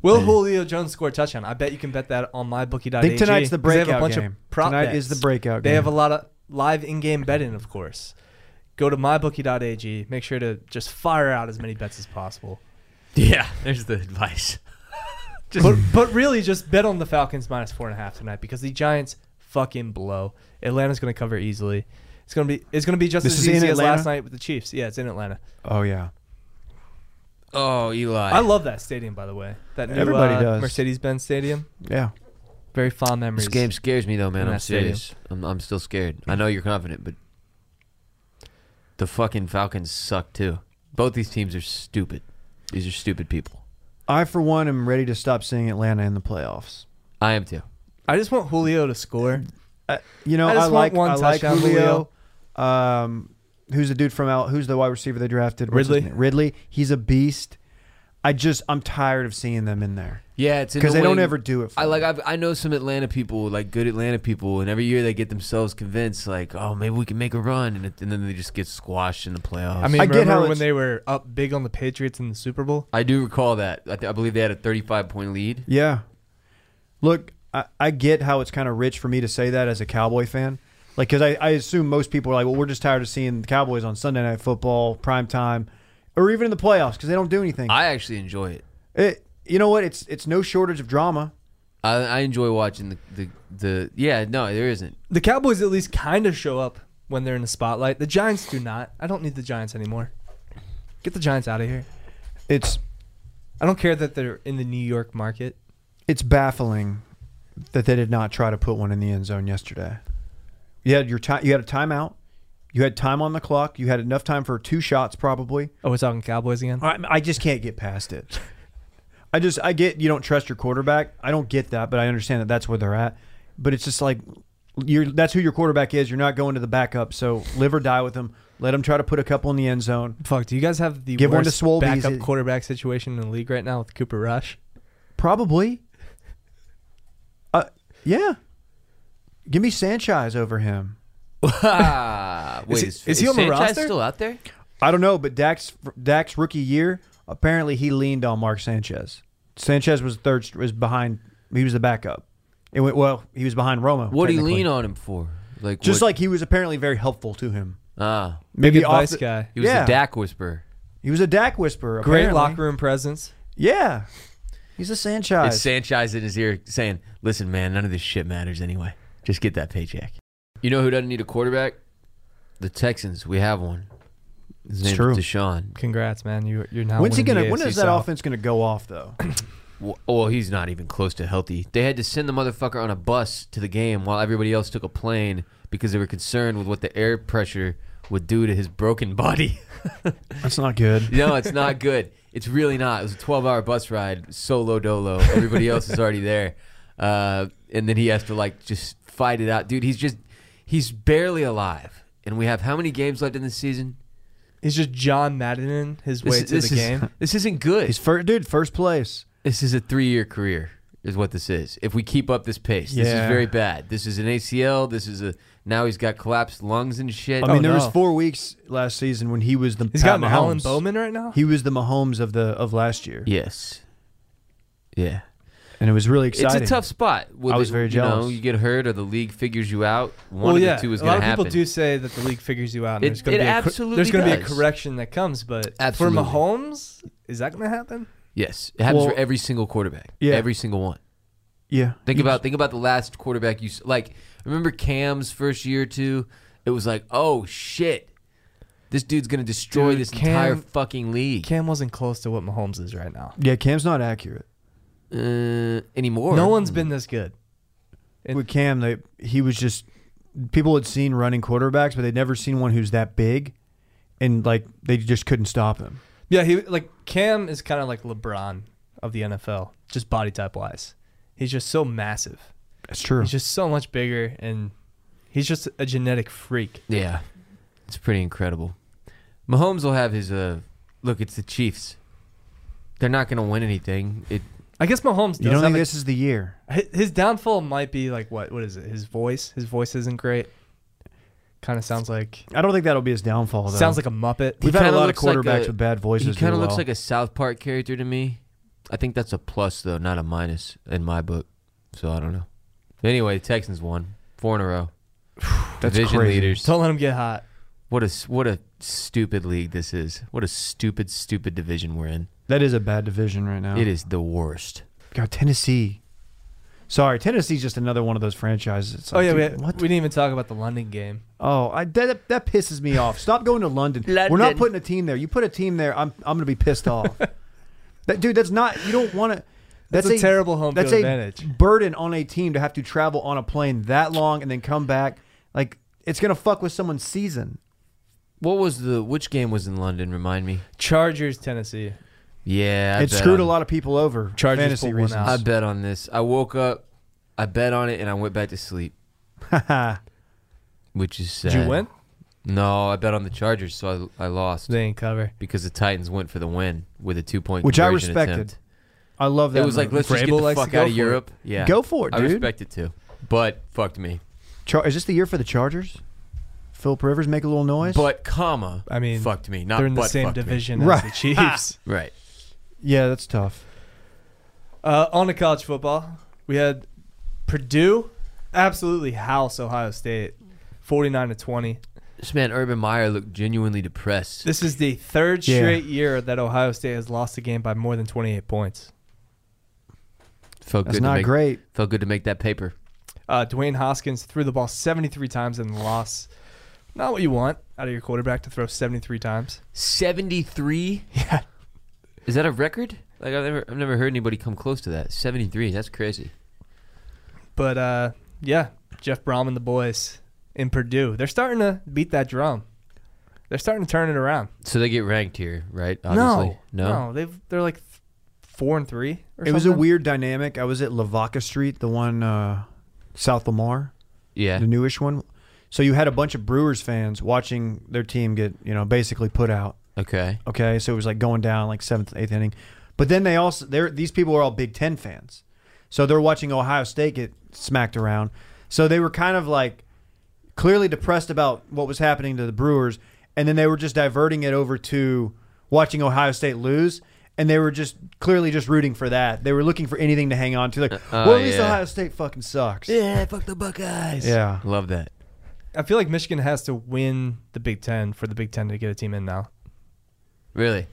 S1: Will Julio Jones score a touchdown? I bet you can bet that on mybookie.ag.
S4: I think tonight's the
S1: 'cause they have
S4: breakout
S1: a bunch
S4: game.
S1: Of prop
S4: Tonight
S1: bets.
S4: is the breakout
S1: They
S4: game.
S1: have a lot of live in-game betting, of course. Go to mybookie.ag. Make sure to just fire out as many bets as possible.
S2: Yeah, there's the advice.
S1: but, but really, just bet on the Falcons minus four and a half tonight because the Giants fucking blow. Atlanta's going to cover easily. It's going to be it's going to be just
S4: This
S1: as
S4: is in
S1: easy as
S4: Atlanta?
S1: last night with the Chiefs. Yeah, it's in Atlanta.
S4: Oh yeah.
S2: Oh, Eli.
S1: I love that stadium, by the way. That new,
S4: Everybody
S1: uh,
S4: does.
S1: Mercedes-Benz Stadium.
S4: Yeah.
S1: Very fond memories.
S2: this game scares me though, man.
S1: In
S2: I'm
S1: that stadium.
S2: serious. I'm, I'm still scared. I know you're confident, but the fucking Falcons suck too. Both these teams are stupid. These are stupid people.
S4: I for one am ready to stop seeing Atlanta in the playoffs.
S2: I am too.
S1: I just want Julio to score.
S4: Uh, you know,
S1: I
S4: I,
S1: just want
S4: like
S1: one
S4: I like
S1: touchdown,
S4: Julio. Um, who's the dude from out? Who's the wide receiver they drafted? What's his
S1: Ridley.
S4: name? Ridley. He's a beast. I just I'm tired of seeing them in there
S2: Yeah, it's
S4: because they don't ever do it. For
S2: I like.
S4: me.
S2: I've, I know some Atlanta people, like good Atlanta people, and every year they get themselves convinced, like, oh, maybe we can make a run, and, it, and then they just get squashed in the playoffs.
S1: I mean,
S4: I get
S1: remember
S4: how
S1: when
S4: it's-
S1: they were up big on the Patriots in the Super Bowl?
S2: I do recall that. I, th- I believe they had a 35 point lead.
S4: Yeah. Look, I, I get how it's kind of rich for me to say that as a Cowboy fan. Like, because I, I assume most people are like, well, we're just tired of seeing the Cowboys on Sunday Night Football, prime time, or even in the playoffs because they don't do anything.
S2: I actually enjoy it.
S4: it, you know what? It's it's no shortage of drama.
S2: I, I enjoy watching the, the the yeah. No, there isn't.
S1: The Cowboys at least kind of show up when they're in the spotlight. The Giants do not. I don't need the Giants anymore. Get the Giants out of here.
S4: It's
S1: I don't care that they're in the New York market.
S4: it's baffling that they did not try to put one in the end zone yesterday. You had your time. You had a timeout. You had time on the clock. You had enough time for two shots, probably.
S1: Oh, we're talking Cowboys again.
S4: I, I just can't get past it. I just I get you don't trust your quarterback. I don't get that, but I understand that that's where they're at. But it's just like you're that's who your quarterback is. You're not going to the backup, so live or die with them. Let them try to put a couple in the end zone.
S1: Fuck, do you guys have the
S4: Give one to
S1: worst
S4: Swole Bees.
S1: backup quarterback situation in the league right now with Cooper Rush?
S4: Probably. Uh, yeah. Give me Sanchez over him.
S2: Wait,
S1: he- is he on the
S2: Sanchez
S1: roster?
S2: still out there?
S4: I don't know, but Dax Dax rookie year apparently he leaned on Mark Sanchez. Sanchez was third was behind. He was the backup. It went well. He was behind Roma.
S2: What do you
S4: technically.
S2: lean on him for? Like
S4: Just
S2: what-
S4: like he was apparently very helpful to him.
S2: ah,
S1: Big
S4: Maybe off
S1: advice
S4: the,
S1: guy.
S2: he was
S4: Yeah.
S2: a Dak whisperer.
S4: He was a Dak whisperer.
S1: Great
S4: apparently.
S1: locker room presence.
S4: Yeah, he's a
S2: It's
S4: Sanchez.
S2: Sanchez in his ear saying, "Listen, man, none of this shit matters anyway. Just get that paycheck." You know who doesn't need a quarterback? The Texans. We have one. His
S4: It's
S2: name's
S4: true.
S2: Deshaun.
S1: Congrats, man. You, you're now.
S4: When's he
S1: winning
S4: gonna?
S1: the
S4: When
S1: AFC
S4: is that
S1: South.
S4: offense gonna go off though?
S2: Well, well, he's not even close to healthy. They had to send the motherfucker on a bus to the game while everybody else took a plane because they were concerned with what the air pressure would do to his broken body.
S4: That's not good.
S2: no, it's not good. It's really not. It was a 12 hour bus ride, solo dolo. Everybody else is already there. Uh, and then he has to, like, just fight it out. Dude, he's just, he's barely alive. And we have how many games left in this season?
S1: He's just John Madden his
S2: This,
S1: way to
S2: this
S1: the
S2: is,
S1: game.
S2: This isn't good.
S4: He's first, dude. First place.
S2: This is a three year career, is what this is. If we keep up this pace, this is
S4: Yeah.
S2: very bad. This is an ACL. This is a, now he's got collapsed lungs and shit.
S4: I mean,
S1: Oh,
S4: there was
S1: no.
S4: four weeks last season when he was the.
S1: He's
S4: Pat
S1: got Alan
S4: Mahomes.
S1: Bowman right now.
S4: He was the Mahomes of the of last year,
S2: yes. Yeah.
S4: and it was really exciting.
S2: It's a tough spot. Well,
S4: I was
S2: the-
S4: very
S2: You, know,
S4: jealous.
S2: you get hurt, or the league figures you out. One
S1: well,
S2: of
S1: yeah,
S2: the two is
S1: a
S2: going
S1: lot
S2: to
S1: of
S2: happen.
S1: people do say that the league figures you out. And
S2: It-
S1: there's going
S2: it
S1: to be a, cor-
S2: absolutely
S1: there's going to be a
S2: does.
S1: correction that comes, but
S2: Absolutely.
S1: for Mahomes, is that going to happen?
S2: Yes, it happens
S4: Well-
S2: for every single quarterback.
S4: Yeah.
S2: every single one.
S4: yeah.
S2: Think
S4: You-
S2: about think about the last quarterback you s- like. Remember Cam's first year or two? It was like, oh shit, this dude's going to destroy
S1: Dude,
S2: this
S1: Cam-
S2: entire fucking league
S1: Cam wasn't close to what Mahomes is right now.
S4: Yeah, Cam's not accurate.
S2: uh, anymore.
S1: no one's been this good. It-
S4: With Cam, they, he was just people had seen running quarterbacks, but they'd never seen one who's that big, and like they just couldn't stop him.
S1: Yeah, he like Cam is kind of like LeBron of the NFL, just body type wise. He's just so massive.
S4: That's true.
S1: He's just so much bigger, and he's just a genetic freak.
S2: Yeah, it's pretty incredible. Mahomes will have his uh, look. It's the Chiefs. They're not going to win anything. It
S1: I guess Mahomes. Does
S4: you don't
S1: have
S4: think
S1: a-
S4: this is the year?
S1: Hi- His downfall might be like what? What is it? His voice. His voice isn't great. Kind of sounds like
S4: I don't think that'll be his downfall. Though.
S1: sounds like a muppet.
S4: we've
S2: He
S4: had a
S2: kinda
S4: lot of
S2: looks like
S4: quarterbacks
S2: a-
S4: with bad voices.
S2: He kind of
S4: do
S2: looks
S4: well.
S2: like a South Park character to me. I think that's a plus though, not a minus in my book. So I don't know. Anyway, Texans won four in a row.
S4: That's
S2: Division
S4: crazy.
S2: leaders.
S1: Don't let him get hot.
S2: What a s- what a stupid league this is. What a stupid stupid division we're in.
S4: That is a bad division right now.
S2: It is the worst.
S4: God, Tennessee. Sorry, Tennessee's just another one of those franchises. It's
S1: Oh
S4: like,
S1: yeah, we,
S4: dude, what?
S1: we didn't even talk about the London game.
S4: Oh, I, that that pisses me off. Stop going to London. We're not
S2: London.
S4: putting a team there. You put a team there, I'm I'm gonna be pissed off. that dude, that's not. You don't want to.
S1: That's, a, terrible home
S4: that's
S1: field
S4: a
S1: advantage.
S4: burden on a team to have to travel on a plane that long and then come back. Like it's gonna fuck with someone's season.
S2: What was the which game was in London? Remind me.
S1: Chargers, Tennessee.
S2: Yeah, I
S4: it
S2: bet
S4: screwed
S2: on-
S4: a lot of people over.
S1: Chargers
S4: fantasy
S1: pulled one
S4: reasons.
S1: out.
S2: I bet on this. I woke up, I bet on it, and I went back to sleep, which is sad.
S1: Did you win?
S2: No, I bet on the Chargers, so I, I lost
S1: They didn't cover.
S2: because the Titans went for the win with a two point,
S4: Which I
S2: conversion
S4: respected.
S2: attempt.
S4: I love that.
S2: It was like let's
S4: move.
S2: just get
S1: Vrabel
S2: the
S1: likes to
S2: fuck
S1: go
S2: out of
S1: for
S2: Europe. Yeah,
S4: go for it,
S2: I
S4: dude.
S2: respect it too, but fucked me.
S4: Char- is this the year for the Chargers? Philip Rivers make a little noise.
S2: But comma,
S1: I mean,
S2: fucked me. Not
S1: They're in the
S2: but
S1: same
S2: fucked me.
S1: division as
S4: Right.
S1: the Chiefs.
S2: right?
S4: yeah, that's tough.
S1: uh, on to college football, we had Purdue absolutely house Ohio State, forty-nine to twenty.
S2: This man Urban Meyer looked genuinely depressed.
S1: This is the third
S4: Yeah.
S1: straight year that Ohio State has lost a game by more than twenty-eight points.
S2: felt
S4: That's
S2: good. to
S4: not
S2: make,
S4: great.
S2: Felt good to make that paper.
S1: Uh, Dwayne Hoskins threw the ball seventy-three times in the loss. Not what you want out of your quarterback to throw seventy-three times.
S2: Seventy three.
S1: Yeah.
S2: Is that a record? Like I've never, I've never heard anybody come close to that. Seventy three. That's crazy.
S1: But uh, yeah, Jeff Brom and the boys in Purdue, they're starting to beat that drum. They're starting to turn it around.
S2: So they get ranked here, right?
S1: no, no, they've they're like th- four and three. Or
S4: It was a
S1: something.
S4: weird dynamic. I was at Lavaca Street, the one uh, South Lamar,
S2: Yeah.
S4: the newish one. So you had a bunch of Brewers fans watching their team get, you know, basically put out.
S2: Okay.
S4: Okay, so it was like going down like seventh, eighth inning. But then they also they're these people are all Big Ten fans, so they're watching Ohio State get smacked around. So they were kind of like clearly depressed about what was happening to the Brewers, and then they were just diverting it over to watching Ohio State lose. And they were just clearly just rooting for that. They were looking for anything to hang on to. Like, well, at least
S2: Uh, oh, yeah.
S4: Ohio State fucking sucks.
S2: Yeah. Fuck the Buckeyes.
S4: Yeah.
S2: Love that.
S1: I feel like Michigan has to win the Big Ten for the Big Ten to get a team in now.
S2: Really.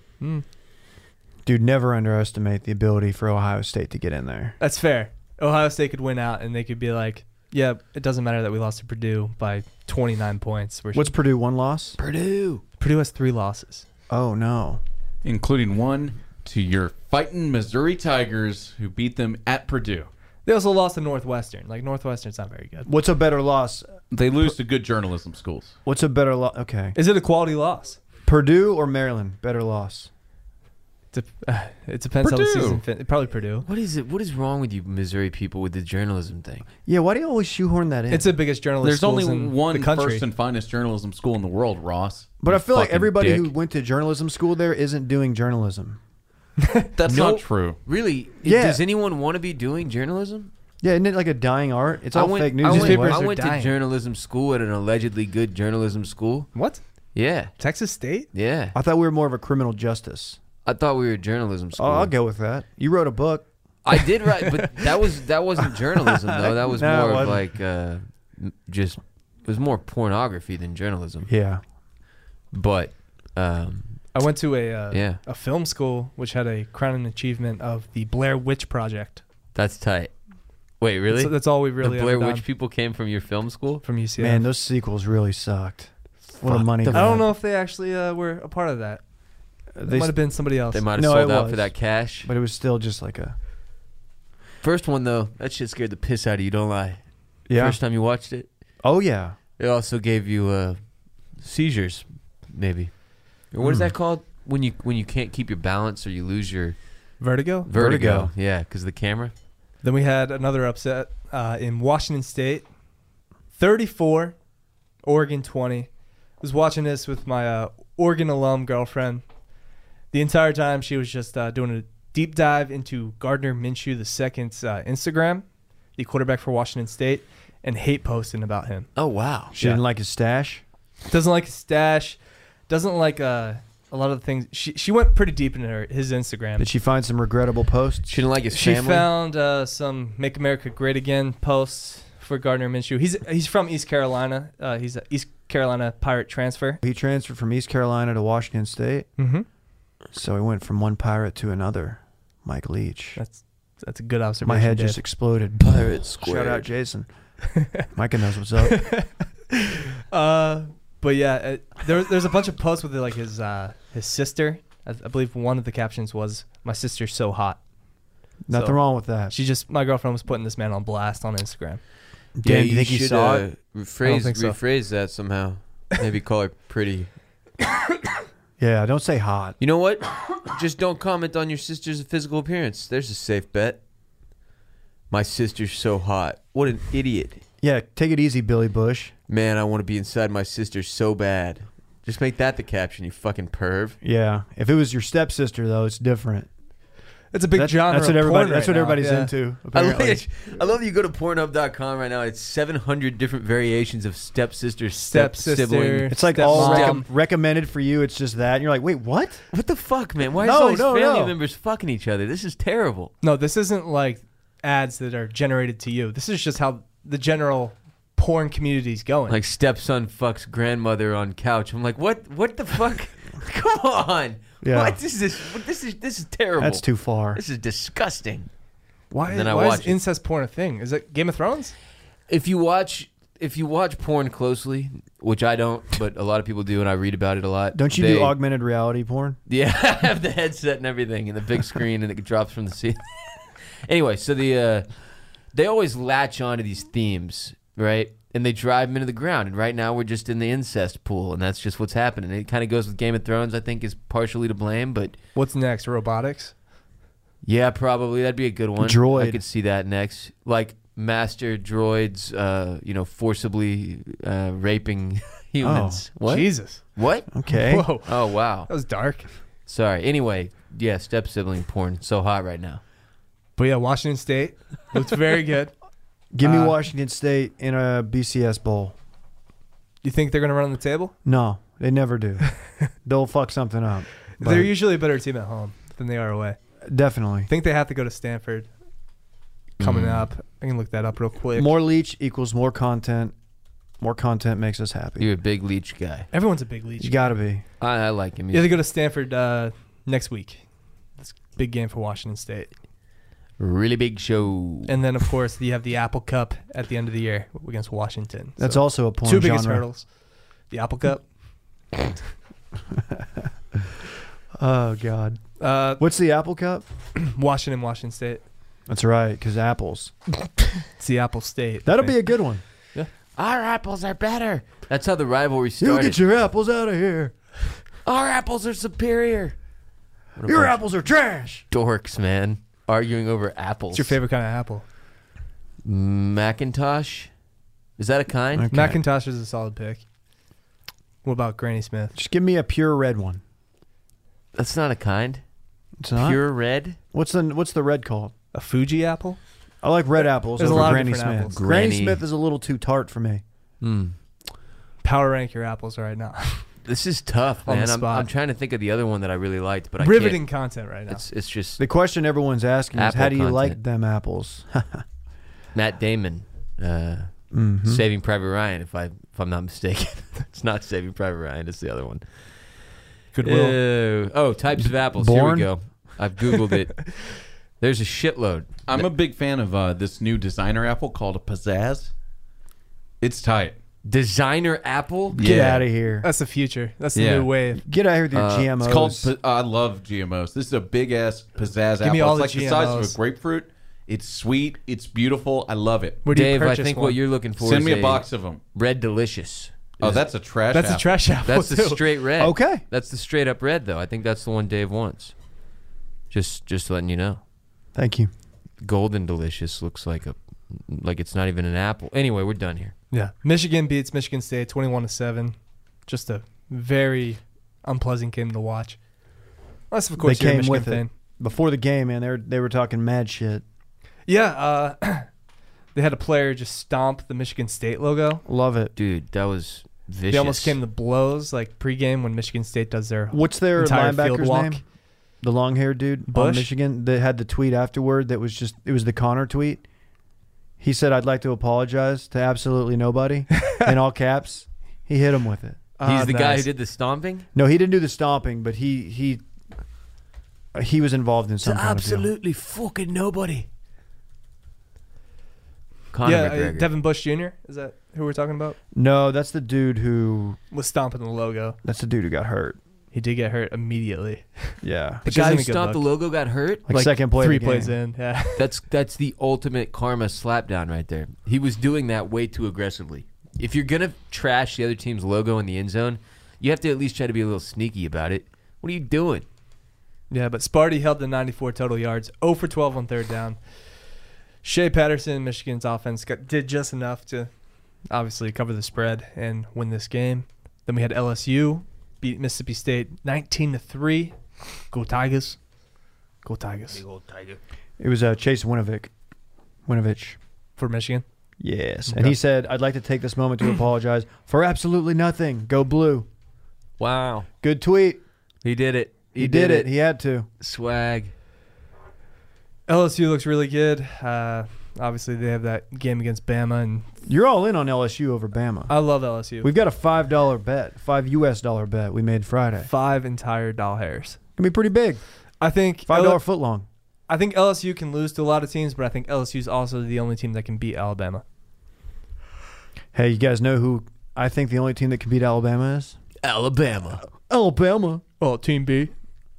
S4: Dude, never underestimate the ability for Ohio State to get in there.
S1: That's fair. Ohio State could win out, and they could be like, "Yeah, it doesn't matter that we lost to Purdue by 29 points." We're
S4: What's Purdue? One loss?
S2: Purdue.
S1: Purdue has three losses.
S4: Oh, no.
S5: including one to your fighting Missouri Tigers, who beat them at Purdue.
S1: They also lost to Northwestern. Like Northwestern's not very good.
S4: What's a better loss?
S5: They lose to good journalism schools.
S4: What's a better loss? Okay.
S1: Is it a quality loss?
S4: Purdue or Maryland? Better loss.
S1: Dep- uh, it depends how the
S5: Purdue.
S1: season. Fin- probably Purdue.
S2: What is it? What is wrong with you, Missouri people, with the journalism thing?
S4: Yeah, why do you always shoehorn that in?
S1: It's the biggest journalist.
S5: There's only
S1: schools in
S5: one
S1: the country.
S5: first and finest journalism school in the world, Ross.
S4: but I feel like
S2: fucking
S4: everybody
S2: dick.
S4: who went to journalism school there isn't doing journalism.
S5: That's
S2: No.
S5: not true.
S2: Really?
S4: Yeah.
S2: Does anyone want to be doing journalism?
S4: Yeah, isn't it like a dying art? It's all fake news.
S2: I went,
S4: anyway.
S1: Newspapers
S2: I
S1: are
S2: went to
S1: dying.
S2: journalism school at an allegedly good journalism school.
S1: What?
S2: Yeah.
S1: Texas State?
S2: Yeah.
S4: I thought we were more of a criminal justice.
S2: I thought we were journalism school.
S4: Oh, I'll go with that. You wrote a book.
S2: I did write, but that was that wasn't journalism though. That was
S4: No, it
S2: more of
S4: wasn't.
S2: like uh, m- just it was more pornography than journalism.
S4: Yeah.
S2: But um,
S1: I went to a uh,
S2: Yeah.
S1: a film school which had a crowning achievement of the Blair Witch Project.
S2: that's tight. Wait, really?
S1: So that's all we really
S2: the Blair
S1: ever done
S2: Witch people came from your film school.
S1: from UCF.
S4: Man, those sequels really sucked. What a money.
S2: the-
S1: I don't
S4: grab.
S1: know if they actually uh, were a part of that. It
S4: They,
S1: might have been somebody else.
S2: They might have
S4: No,
S2: sold
S4: it
S2: out for
S4: was.
S2: that cash.
S4: but it was still just like a.
S2: First one though, that shit scared the piss out of you. Don't lie.
S4: Yeah.
S2: First time you watched it,
S4: Oh, yeah.
S2: it also gave you uh, seizures, maybe. Or what is
S4: Hmm.
S2: that called when you when you can't keep your balance or you lose your
S1: Vertigo.
S2: vertigo?
S4: Vertigo.
S2: Yeah, because the camera.
S1: Then we had another upset uh, in Washington State, 34, Oregon 20. I was watching this with my uh, Oregon alum girlfriend. The entire time she was just uh, doing a deep dive into Gardner Minshew II's uh, Instagram, the quarterback for Washington State, and hate posting about him.
S2: Oh wow.
S4: She
S1: Yeah.
S4: didn't like his stash.
S1: doesn't like his stash, doesn't like uh, a lot of the things. She she went pretty deep into her, his Instagram.
S4: Did
S1: She,
S4: she find some regrettable posts?
S2: She didn't like his family.
S1: found uh, some "Make America Great Again" posts for Gardner Minshew. He's he's from East Carolina. Uh, he's a East Carolina Pirate transfer.
S4: He transferred from East Carolina to Washington State,
S1: Mm-hmm.
S4: so he went from one pirate to another. Mike Leach.
S1: That's that's a good observation.
S4: My head
S1: Dave.
S4: just exploded.
S2: Pirate
S4: Shout
S2: squared.
S4: out Jason. Micah knows what's up.
S1: Uh, but yeah, it, there, there's a bunch of posts with like his uh, his sister. I, I believe one of the captions was "My sister's so hot."
S4: Nothing
S1: So-
S4: wrong with that.
S1: She just my girlfriend was putting this man on blast on Instagram.
S4: Dan, do you think he
S2: should,
S4: saw
S2: uh,
S4: it?
S2: Rephrase,
S1: think so.
S2: rephrase that somehow. Maybe call her pretty.
S4: Yeah, don't say hot.
S2: You know what? Just don't comment on your sister's physical appearance. There's a safe bet. My sister's so hot. What an idiot.
S4: Yeah, take it easy, Billy Bush.
S2: Man, I want to be inside my sister so bad. Just make that the caption, you fucking perv.
S4: Yeah, if it was your stepsister though, it's different.
S1: That's a big
S4: That-
S1: genre.
S4: That's
S1: of
S4: what
S1: porn
S4: everybody.
S1: right
S4: that's what
S1: now.
S4: everybody's
S1: Yeah.
S4: into.
S2: I love,
S4: Apparently.
S2: that, I love that you go to pornhub.com right now. It's 700 different variations of stepsister, step
S1: Stepsister.
S2: sibling.
S4: It's like all
S1: Stepmom.
S4: recom- recommended for you. It's just that, and you're like, wait, what?
S2: What the fuck, man? Why
S4: No,
S2: is all these
S4: no,
S2: family
S4: no.
S2: members fucking each other? This is terrible.
S1: No, this isn't like ads that are generated to you. This is just how the general porn community's going.
S2: Like stepson fucks grandmother on couch. I'm like, what? What the fuck? Come on.
S4: Yeah.
S2: What is this? What, this is this is terrible.
S4: That's too far.
S2: This is disgusting.
S1: why,
S2: then I
S1: why
S2: watch
S1: is
S2: it.
S1: incest porn a thing? Is it Game of Thrones?
S2: If you watch if you watch porn closely, which I don't, but a lot of people do, and I read about it a lot.
S4: Don't you
S2: they-
S4: do augmented reality porn?
S2: Yeah, I have the headset and everything, and the big screen, and it drops from the ceiling. anyway, so the uh, they always latch onto these themes, right? And they drive them into the ground. And right now, we're just in the incest pool, and that's just what's happening. It kind of goes with Game of Thrones, I think, is partially to blame, but
S1: What's next? Robotics?
S2: yeah, probably that'd be a good one.
S4: Droid.
S2: I could see that next, like master droids, uh, you know, forcibly uh, raping humans.
S1: Oh,
S2: what?
S1: Jesus.
S2: What?
S4: Okay.
S1: Whoa.
S2: Oh wow.
S1: That was dark.
S2: Sorry. Anyway, yeah, step sibling porn so hot right now.
S1: But yeah, Washington State looks very good.
S4: Give me
S1: Uh,
S4: Washington State in a BCS bowl.
S1: You think they're gonna run on the table?
S4: No, they never do. They'll fuck something up. But
S1: They're usually a better team at home than they are away. I
S4: definitely
S1: think they have to go to Stanford coming
S2: Mm.
S1: up. I can look that up real quick.
S4: more leech equals more content. More content makes us happy.
S2: You're a big leech guy.
S1: Everyone's a big leech.
S4: you gotta be.
S2: I, I like him.
S1: Yeah,
S2: He's
S1: they go to Stanford uh, next week. It's a big game for Washington State.
S2: really big show.
S1: And then, of course, you have the Apple Cup at the end of the year against Washington.
S4: That's
S1: So,
S4: also a porn
S1: Two
S4: genre.
S1: biggest hurdles. The Apple Cup.
S4: Oh God.
S1: Uh,
S4: What's the Apple Cup?
S1: Washington, Washington State.
S4: That's right, because apples.
S1: It's the Apple State.
S4: That'll be a good one.
S2: Our apples are better. That's how the rivalry
S4: You
S2: started.
S4: get your apples out of here.
S2: Our apples are superior. What a
S4: Your
S2: bunch
S4: apples are trash.
S2: of dorks, man. Arguing over apples.
S1: What's your favorite kind of apple?
S2: Macintosh. Is that a kind?
S4: Okay.
S1: Macintosh is a solid pick. What about Granny Smith?
S4: Just give me a pure red one.
S2: That's not a kind.
S4: It's not.
S2: Pure red.
S4: What's the What's the red called?
S1: A Fuji apple?
S4: I like red apples
S1: There's a
S4: over
S1: lot of
S4: Granny
S1: different
S4: Smith.
S1: apples.
S4: Granny.
S2: Granny.
S4: Smith is a little too tart for me.
S2: Mm.
S1: Power rank your apples right now.
S2: This is tough,
S1: On the
S2: man. I'm,
S1: spot.
S2: I'm trying to think of the other one that I really liked, but I
S1: Riveting content right
S2: can't.
S1: now.
S2: It's it's just
S4: The question everyone's asking is,
S2: Apple
S4: how do you
S2: content.
S4: like them apples?
S2: Matt Damon. Uh,
S4: Mhm.
S2: Saving Private Ryan, if I if I'm not mistaken. it's not Saving Private Ryan. It's the other one.
S1: Goodwill.
S2: Ew. Oh, types of apples.
S4: Born?
S2: Here we go. I've googled it. There's a shitload.
S5: I'm a big fan of uh, this new designer apple called a Pizzazz. It's tight.
S2: Designer apple.
S4: Get
S5: Yeah.
S4: out of here.
S1: That's the future. That's the
S5: Yeah.
S1: new wave.
S4: Get out of here with your
S2: Uh,
S4: GMOs.
S5: It's called. pi- I love GMOs. This is a big ass pizzazz apple.
S1: me all
S5: it's
S1: the
S5: like the size of
S1: GMOs.
S5: a grapefruit. It's sweet. It's beautiful. I love it.
S1: Where do you
S2: Dave, I
S1: purchase
S2: think
S1: one?
S2: what you're looking for
S5: Send
S2: is
S5: me a box of them.
S2: Red Delicious.
S5: Oh,
S2: Is-
S5: that's a trash.
S1: That's
S5: apple.
S1: a trash apple.
S2: that's the
S1: too.
S2: straight red.
S4: okay.
S2: That's the straight up red though. I think that's the one Dave wants. Just just letting you know.
S4: Thank you.
S2: Golden Delicious looks like a like it's not even an apple. Anyway, we're done here.
S1: Yeah. Michigan beats Michigan State 21 to 7. Just a very unpleasant game to watch. Unless of course
S4: They
S1: you're a
S4: came
S1: Michigan
S4: with it.
S1: fan.
S4: Before the game, man, they were they were talking mad shit.
S1: Yeah, uh, they had a player just stomp the Michigan State logo.
S4: Love it.
S2: Dude, that was vicious.
S1: They almost came to blows like pregame when Michigan State does their
S4: What's their
S1: entire field
S4: linebacker's
S1: walk.
S4: name? The long haired dude on
S1: Bush?
S4: Michigan that had the tweet afterward that was just it was the Connor tweet. He said, "I'd like to apologize to absolutely nobody." in all caps, he hit him with it.
S2: He's
S1: Ah,
S2: the guy who
S1: nice.
S2: did the stomping.
S4: No, he didn't do the stomping, but he he he was involved in some kind of deal.
S3: Absolutely fucking nobody.
S2: Conor
S1: yeah, uh,
S2: McGregor.
S1: Devin Bush Jr. Is that who we're talking about?
S4: No, that's the dude who
S1: Was stomping the logo.
S4: that's the dude who got hurt.
S1: He did get hurt immediately.
S4: Yeah,
S2: the
S1: Which isn't
S2: guy
S1: a
S2: who
S1: good
S2: stomped the
S1: look.
S2: logo got hurt.
S4: like, second play, of
S1: three
S4: the
S1: plays
S4: game.
S1: in. Yeah,
S2: That's that's the ultimate karma slapdown right there. He was doing that way too aggressively. If you're gonna trash the other team's logo in the end zone, you have to at least try to be a little sneaky about it. What are you doing?
S1: yeah. But Sparty held the 94 total yards, 0 for 12 on third down. Shea Patterson, Michigan's offense, got, did just enough to obviously cover the spread and win this game. Then we had LSU beat Mississippi State 19 to three. Go Tigers! Go Tigers
S4: It was uh, Chase Winovich. Winovich.
S1: for Michigan.
S4: Yes, and
S1: Okay.
S4: he said, "I'd like to take this moment to apologize for absolutely nothing. Go blue.
S2: Wow,
S4: Good tweet.
S2: he did it.
S4: He, did, it. He had to.
S2: Swag.
S1: LSU looks really good. Uh, obviously, they have that game against Bama, and
S4: You're all in on LSU over Bama.
S1: I love LSU.
S4: We've got a five dollar bet, five U.S. dollar bet we made Friday.
S1: five entire doll hairs.
S4: Gonna be pretty big.
S1: I think
S4: Five dollar
S1: L-
S4: foot long.
S1: I think LSU can lose to a lot of teams, but I think LSU is also the only team that can beat Alabama.
S4: Hey, you guys know who I think the only team that can beat Alabama is?
S2: Alabama.
S4: Alabama.
S1: Well, Team B,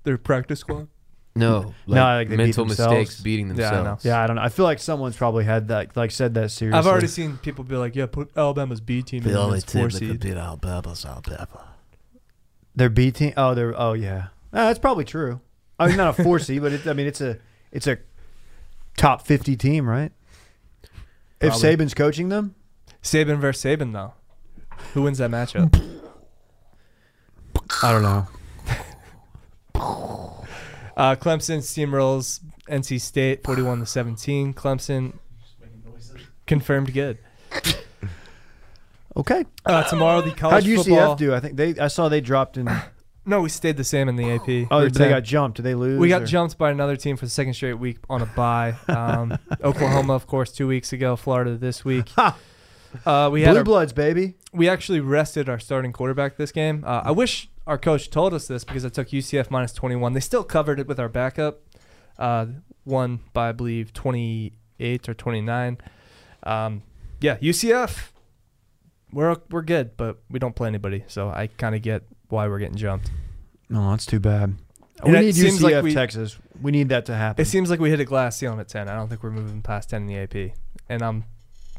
S1: their practice squad.
S2: No,
S4: No, like they beat
S2: mental
S4: themselves.
S2: mistakes beating
S1: Yeah, I know.
S2: themselves.
S4: Yeah, I don't know. I feel like someone's probably had that, like said that seriously.
S1: I've already seen people be like, "Yeah, put Alabama's B team in
S3: The only
S1: the
S3: team
S1: four
S3: that could
S1: seed."
S3: beat Alabama's Alabama.
S4: Their B team. Oh, they're. Oh, yeah. Ah, that's probably true. I mean, not a four C, but it, I mean, it's a it's a top fifty team, right?
S1: Probably.
S4: If Saban's coaching them,
S1: Saban versus Saban, though. Who wins that matchup?
S4: I don't know.
S1: Uh, Clemson steamrolls NC State, forty-one to seventeen. Clemson confirmed good.
S4: Okay,
S1: Uh, tomorrow, the college
S4: how'd UCF
S1: football.
S4: do? I think they. I saw they dropped in.
S1: No, we stayed the same in the AP.
S4: Oh,
S1: We're
S4: they
S1: 10.
S4: got jumped. Did they lose?
S1: We got
S4: or-
S1: jumped by another team for the second straight week on a bye. Um, Oklahoma, of course, two weeks ago. Florida this week. Uh, we had
S4: Blue
S1: our,
S4: Bloods, baby.
S1: we actually rested our starting quarterback this game. Uh, I wish our coach told us this because I took UCF minus twenty one. They still covered it with our backup, uh, one by I believe twenty eight or twenty nine. Um, yeah, UCF, we're we're good, but we don't play anybody, so I kind of get why we're getting jumped.
S4: No, that's too bad.
S1: And
S4: we
S1: it
S4: need
S1: seems
S4: UCF
S1: like we-
S4: Texas. We need that to happen.
S1: It seems like we hit a glass ceiling at 10. I don't think we're moving past 10 in the AP. And I'm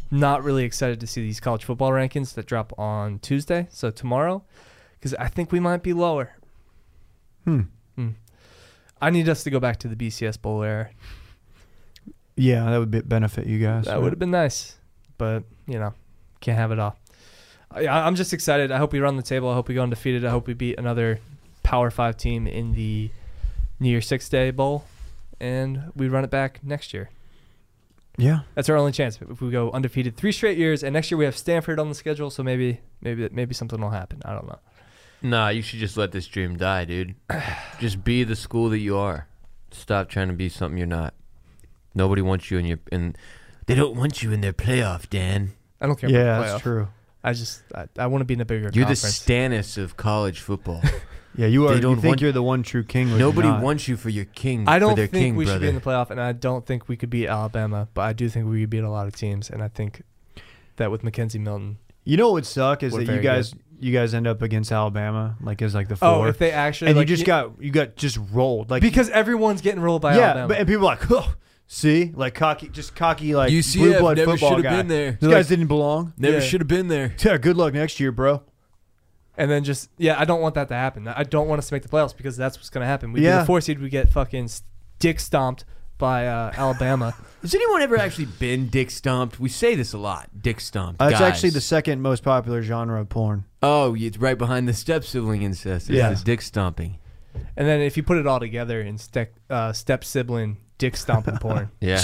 S1: not really excited to see these college football rankings that drop on Tuesday, so tomorrow, because I think we might be lower.
S4: Hmm.
S1: Hmm. I need us to go back to the BCS Bowl era.
S4: Yeah, that would be, benefit you guys.
S1: That would have been nice, but, you know, can't have it all. I, I- I'm just excited. I hope we run the table. I hope we go undefeated. I hope we beat another Power 5 team in the New Year Six Day Bowl, and we run it back next year.
S4: Yeah.
S1: That's our only chance. If we go undefeated three straight years, and next year we have Stanford on the schedule, so maybe maybe maybe something will happen. I don't know.
S2: Nah, you should just let this dream die, dude. just be the school that you are. Stop trying to be something you're not. Nobody wants you in your in. They don't want you in their playoff, Dan.
S1: I don't care.
S4: Yeah,
S1: about the
S4: that's
S1: playoff.
S4: true.
S1: I just I, I want to be in a bigger
S2: You're the
S1: conference.
S2: Stannis of college football.
S4: Yeah, you
S2: They
S4: are. You
S2: don't
S4: think
S2: want-
S4: you're the one true king? but you're
S2: Nobody
S4: not.
S2: wants you for your king.
S1: I don't
S2: for their
S1: think
S2: king,
S1: we
S2: brother.
S1: should be in the playoff, and I don't think we could beat Alabama, but I do think we could beat a lot of teams, and I think that with Mackenzie Milton.
S4: You know what would suck is
S1: We're
S4: that you
S1: very
S4: guys you guys end up against Alabama like as like the four,
S1: Oh, if they actually
S4: and
S1: like,
S4: you just got you got just rolled like
S1: because everyone's getting rolled by
S4: yeah,
S1: Alabama.
S4: but, and people are like oh, see like cocky just cocky like blue blood football guy.
S2: there.
S4: These guys didn't belong.
S1: Never Yeah. should
S2: have been there.
S4: Yeah, good luck next year, bro.
S1: and then just yeah, I don't want that to happen. I don't want us to make the playoffs because that's what's gonna happen. We do
S4: Yeah.
S1: the four seed, we get fucking dick stomped by uh, Alabama.
S2: Has anyone ever actually been dick stomped? We say this a lot. Dick stomped.
S4: Uh, it's
S2: guys.
S4: actually the second most popular genre of porn.
S2: Oh, it's right behind the step sibling incest. It's
S4: Yeah.
S2: the dick stomping.
S1: And then if you put it all together in ste- uh, step sibling dick stomping porn,
S2: Yeah.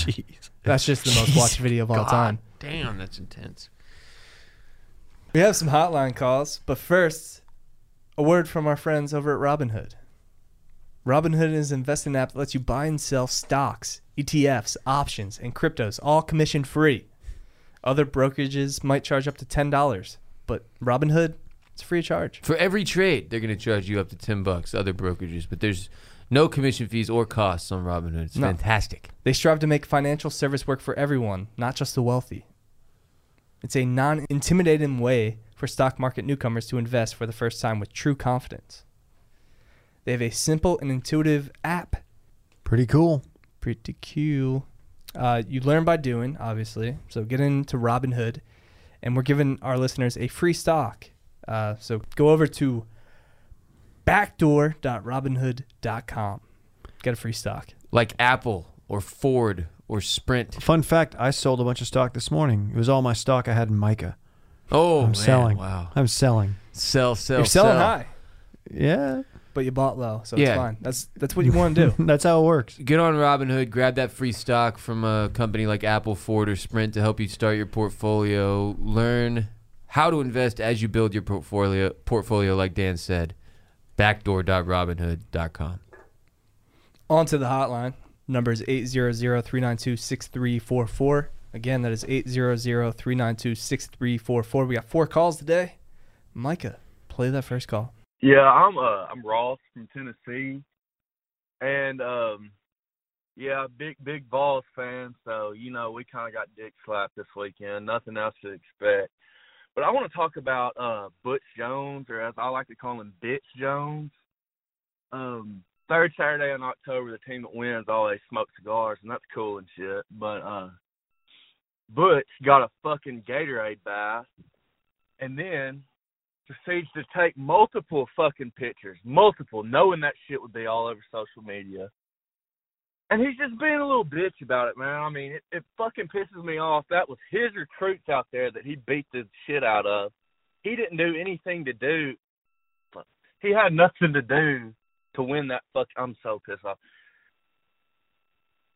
S1: that's just the most watched video of all time.
S2: Damn, that's intense.
S1: We have some hotline calls, but first, a word from our friends over at Robinhood. Robinhood is an investing E app that lets you buy and sell stocks, ETFs, options, and cryptos, all commission free. Other brokerages might charge up to ten dollars, but Robinhood, it's free of charge.
S2: For every trade, they're going to charge you up to 10 bucks, other brokerages, but there's no commission fees or costs on Robinhood. It's
S1: No.
S2: fantastic.
S1: They strive to make financial service work for everyone, not just the wealthy. It's a non intimidating way for stock market newcomers to invest for the first time with true confidence. They have a simple and intuitive app.
S4: Pretty cool.
S1: Pretty cool. Uh, you learn by doing, obviously. So get into Robinhood. And we're giving our listeners a free stock. Uh, so go over to backdoor.robinhood.com. Get a free stock.
S2: Like Apple or Ford or Sprint.
S4: Fun fact: I sold a bunch of stock this morning. It was all my stock I had in Micah.
S2: Oh,
S4: I'm
S2: man,
S4: selling.
S2: Wow.
S4: I'm selling.
S2: Sell, sell,
S1: You're selling
S2: sell.
S1: high.
S4: Yeah,
S1: but you bought low, so
S2: Yeah.
S1: it's fine. That's that's what you want to do.
S4: that's how it works.
S2: Get on Robinhood, grab that free stock from a company like Apple, Ford, or Sprint to help you start your portfolio. Learn how to invest as you build your portfolio. Portfolio, like Dan said, backdoor.robinhood.com.
S1: On to the hotline. Number is 800-392-6344. Again, that is 800-392-6344. We got four calls today. Micah, play that first call.
S6: Yeah, I'm uh I'm Ross from Tennessee. And um yeah, big big balls fan, so you know, we kinda got dick slapped this weekend. Nothing else to expect. But I want to talk about uh Butch Jones or as I like to call him Bitch Jones. Um third Saturday in October the team that wins always smoke cigars and that's cool and shit. But uh Butch got a fucking Gatorade bath and then proceeds to take multiple fucking pictures, multiple, knowing that shit would be all over social media. And he's just being a little bitch about it, man. I mean, it, it fucking pisses me off. That was his recruits out there that he beat the shit out of. He didn't do anything to do. He had nothing to do to win that fuck. I'm so pissed off.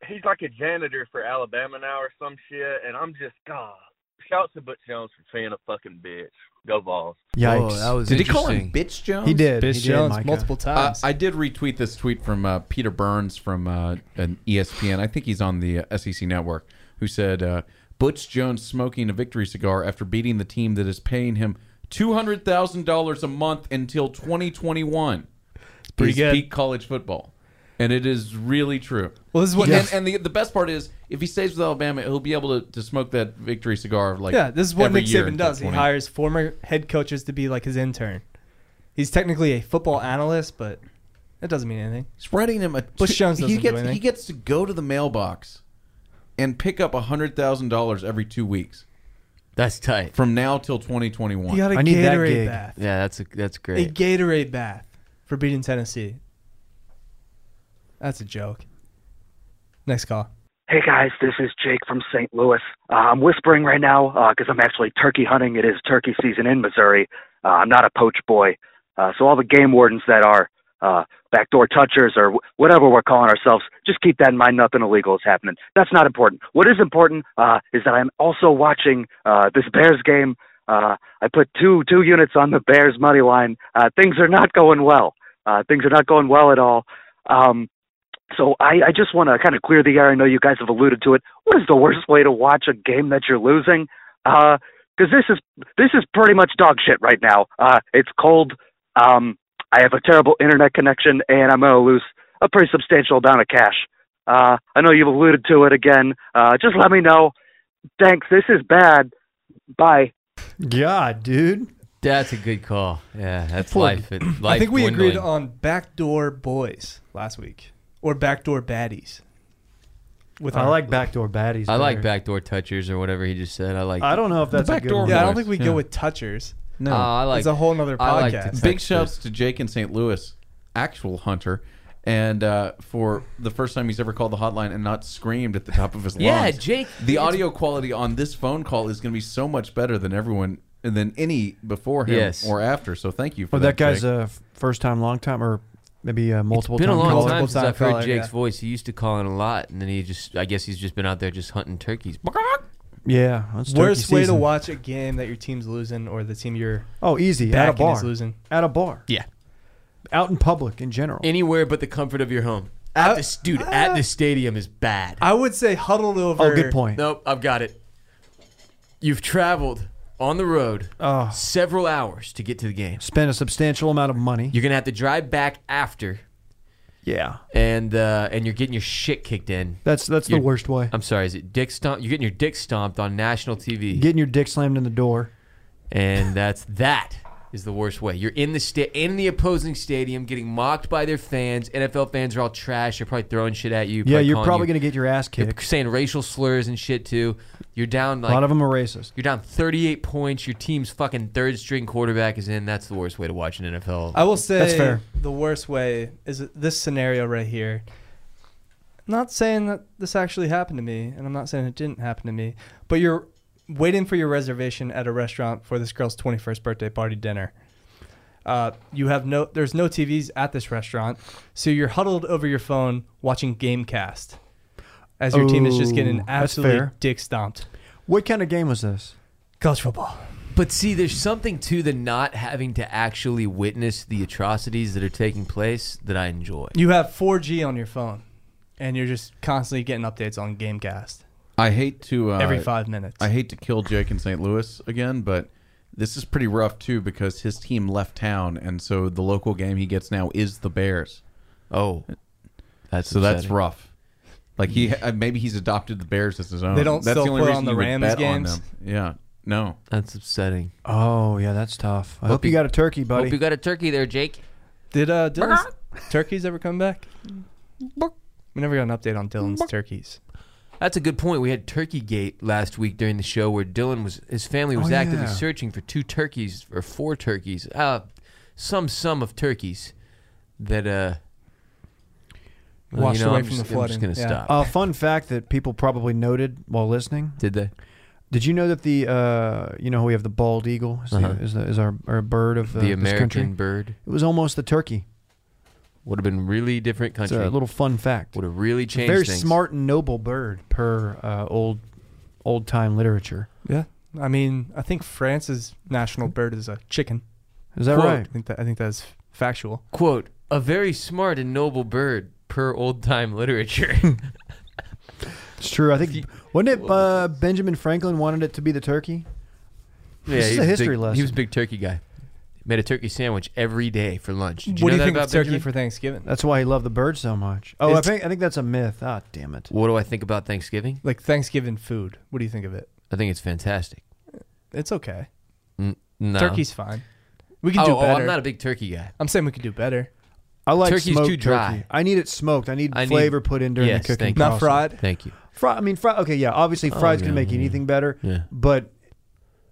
S6: He's like a janitor for Alabama now or some shit, and I'm just God. Shout to Butch Jones for being a fucking bitch. Go balls.
S4: Yikes!
S2: Whoa, Oh, that was
S5: Did he call him
S2: interesting.
S5: Bitch Jones?
S4: he did.
S1: Bitch
S4: he did,
S1: Jones
S4: Micah.
S1: multiple
S5: Uh,
S1: times.
S5: I did retweet this tweet from uh, Peter Burns from uh, an ESPN. I think he's on the uh, SEC network. Who said uh, Butch Jones smoking a victory cigar after beating the team that is paying him two hundred thousand dollars a month until twenty twenty one.
S1: pretty
S5: is
S1: good.
S5: Peak college football, and it is really true.
S1: well, this is what
S5: And, and the the best part is, if he stays with Alabama, he'll be able to, to smoke that victory cigar. Like
S1: yeah, this is what
S5: every
S1: Nick
S5: year
S1: Saban
S5: until
S1: does. He
S5: 20.
S1: hires former head coaches to be like his intern. He's technically a football analyst, but that doesn't mean anything.
S5: He's writing him a.
S1: Bush Jones
S5: he
S1: doesn't do
S5: gets
S1: anything.
S5: he gets to go to the mailbox, and pick up hundred thousand dollars every two weeks
S2: That's tight.
S5: from now till twenty twenty
S1: He
S5: one.
S1: got a
S4: I need that
S1: Gatorade
S4: gig.
S1: bath.
S2: Yeah, that's a, that's
S1: a
S2: great.
S1: Gatorade bath for beating Tennessee. That's a joke. Next call.
S7: Hey guys, this is Jake from St. Louis. Uh, I'm whispering right now because I'm actually turkey hunting. It is turkey season in Missouri. Uh, I'm not a poach boy. Uh, so all the game wardens that are uh, backdoor touchers or wh- whatever we're calling ourselves, just keep that in mind. Nothing illegal is happening. That's not important. What is important uh, is that I'm also watching uh, this Bears game. Uh, I put two two units on the Bears money line. Uh, things are not going well. Uh, things are not going well at all. Um, so I, I just want to kind of clear the air. I know you guys have alluded to it. What is the worst way to watch a game that you're losing? Because this is this is pretty much dog shit right now. Uh, it's cold. Um, I have a terrible internet connection, and I'm going to lose a pretty substantial amount of cash. Uh, I know you've alluded to it again. Uh, just let me know. Thanks. This is bad. Bye.
S4: God, dude.
S2: That's a good call. Yeah, that's
S4: Poor-
S2: life. It, life.
S1: I think we
S2: dwindling.
S1: agreed on backdoor boys last week or backdoor baddies. With
S4: I
S1: our-
S4: like backdoor baddies.
S2: I like
S4: better.
S2: backdoor touchers or whatever he just said. I like.
S4: I don't know if that's a good
S5: backdoor
S4: one.
S1: Yeah, I don't
S5: Boys,
S1: think we
S5: yeah.
S1: go with touchers.
S5: No,
S2: Oh, I like.
S1: It's a whole nother
S2: I like to
S1: podcast.
S2: think-
S5: big shouts to Jake in St. Louis, actual hunter, and uh, for the first time he's ever called the hotline and not screamed at the top of his lungs.
S2: Yeah, Jake-
S5: The audio quality on this phone call is going to be so much better than everyone than any before him
S2: Yes.
S5: or after. So thank you for
S4: Well, that guy's
S5: Jake.
S4: a f- first time, long time, or maybe uh, multiple
S2: It's been a
S4: time.
S2: long
S4: caller.
S2: time
S1: Multiple
S2: since
S1: time
S2: I've heard
S1: caller,
S2: Jake's
S1: yeah.
S2: voice. He used to call in a lot, and then he just—I guess he's just been out there just hunting turkeys.
S4: Yeah, it's turkey
S1: Worst way to
S4: season.
S1: watch a game that your team's losing or the team you're
S4: Oh, easy at a
S1: backing is
S4: bar.
S1: losing.
S4: At a bar.
S2: Yeah.
S4: Out in public in general.
S2: Anywhere but the comfort of your home.
S1: I-
S2: At this, dude, at
S1: I-
S2: the stadium is bad.
S1: I would say huddled over.
S4: oh, good Oh, point.
S2: nope, I've got it. You've traveled on the road
S4: Oh.
S2: several hours to get to the game.
S4: Spend a substantial amount of money.
S2: You're gonna have to drive back after,
S4: Yeah,
S2: and uh, and you're getting your shit kicked in.
S4: that's that's the
S2: You're-
S4: worst way.
S2: I'm sorry, is it dick stomp? You're getting your dick stomped on national TV,
S4: Getting your dick slammed in the door.
S2: and that's that is the worst way. You're in the sta- in the opposing stadium, getting mocked by their fans. NFL fans are all trash. They're probably throwing shit at you.
S4: Yeah, you're
S2: calling
S4: probably
S2: you-
S4: gonna get your ass
S2: they're
S4: kicked.
S2: saying racial slurs and shit too. You're down
S4: a lot
S2: like
S4: of them are racist.
S2: You're down 38 points. Your team's fucking third string quarterback is in. That's the worst way to watch an NFL.
S4: Uh,
S1: I will say
S4: That's fair.
S1: the worst way is this scenario right here. I'm not saying that this actually happened to me, and I'm not saying it didn't happen to me, but you're waiting for your reservation at a restaurant for this girl's 21st birthday party dinner. Uh, you have no, there's no TVs at this restaurant, so you're huddled over your phone watching Gamecast as your team is just
S4: Ooh,
S1: getting
S4: that's
S1: absolutely
S4: fair.
S1: dick stomped.
S4: What kind of game was this?
S1: College football.
S2: But see, there's something to the not having to actually witness the atrocities that are taking place that I enjoy.
S1: You have 4G on your phone, and you're just constantly getting updates on Gamecast.
S5: I hate to uh,
S1: every five minutes.
S5: I hate to kill Jake in St. Louis again, but this is pretty rough too because his team left town, and so the local game he gets now is the Bears.
S2: Oh, that's
S5: So that's
S2: upsetting.
S5: rough. Like he uh, maybe he's adopted the Bears as his own.
S1: They don't
S5: that's
S1: still
S5: the only
S1: put
S5: reason
S1: on the
S5: you would
S1: Rams
S5: bet on
S1: games?
S5: them. Yeah, no.
S2: That's upsetting.
S4: Oh yeah, that's tough. I hope, you
S2: you-
S4: got a turkey,
S2: Hope you
S4: buddy.
S2: got a turkey there, Jake.
S1: Did uh Dylan's turkeys ever come back? We never got an update on Dylan's turkeys.
S2: That's a good point. We had Turkey Gate last week during the show where Dylan was his family was
S4: Oh,
S2: actively
S4: yeah.
S2: searching for two turkeys or four turkeys, uh, some sum of turkeys that uh, well,
S1: Washed
S2: you know,
S1: away
S2: I'm
S1: from
S2: just,
S1: the
S2: I'm just
S1: flooding.
S2: gonna
S1: Yeah.
S2: stop.
S4: A Uh, fun fact that people probably noted while listening.
S2: Did they?
S4: Did you know that the uh, you know how we have the bald eagle is, the-
S2: Uh-huh.
S4: is, the, is our, our bird of the,
S2: the
S4: this country?
S2: American bird
S4: It was almost the turkey.
S2: would have been really different
S4: It's
S2: country.
S4: a little fun fact.
S2: would have really
S4: It's a
S2: changed
S4: very
S2: things.
S4: smart and noble bird per uh, old old time literature.
S1: Yeah. I mean, I think France's
S2: Mm-hmm.
S1: national bird is a chicken.
S4: Is that
S1: Quote.
S4: right?
S1: I think that I think that's factual.
S2: quote: "A very smart and noble bird." Per old time literature,
S4: It's true. I think wasn't it uh, Benjamin Franklin wanted it to be the turkey? This is
S2: he
S4: a
S2: was
S4: history
S2: big, He
S4: lesson.
S2: was a big turkey guy. Made a turkey sandwich every day for lunch. Did you
S1: what
S2: know
S1: do you
S2: that
S1: think
S2: about
S1: of turkey
S2: Benjamin?
S1: for Thanksgiving?
S4: That's why he loved the bird so much. Oh, I
S1: It's-
S4: think I think that's a myth. Ah, damn it.
S2: What do I think about Thanksgiving?
S1: like Thanksgiving food. What do you think of it?
S2: I think it's fantastic.
S1: It's okay.
S2: N- no.
S1: Turkey's fine. We can
S2: oh,
S1: do
S2: oh,
S1: better.
S2: I'm not a big turkey guy.
S1: I'm saying we could do better.
S4: I like
S2: Turkey's
S4: smoked
S2: too dry.
S4: turkey. I need it smoked. I need
S2: I need-
S4: flavor put in during
S2: Yes,
S4: the cooking.
S2: thank you.
S1: Not
S4: process.
S1: fried.
S2: Thank you.
S4: Fry, I mean, fry, okay, yeah. Obviously, fries can
S2: yeah,
S4: make
S2: Oh, yeah.
S4: anything better.
S2: Yeah.
S4: But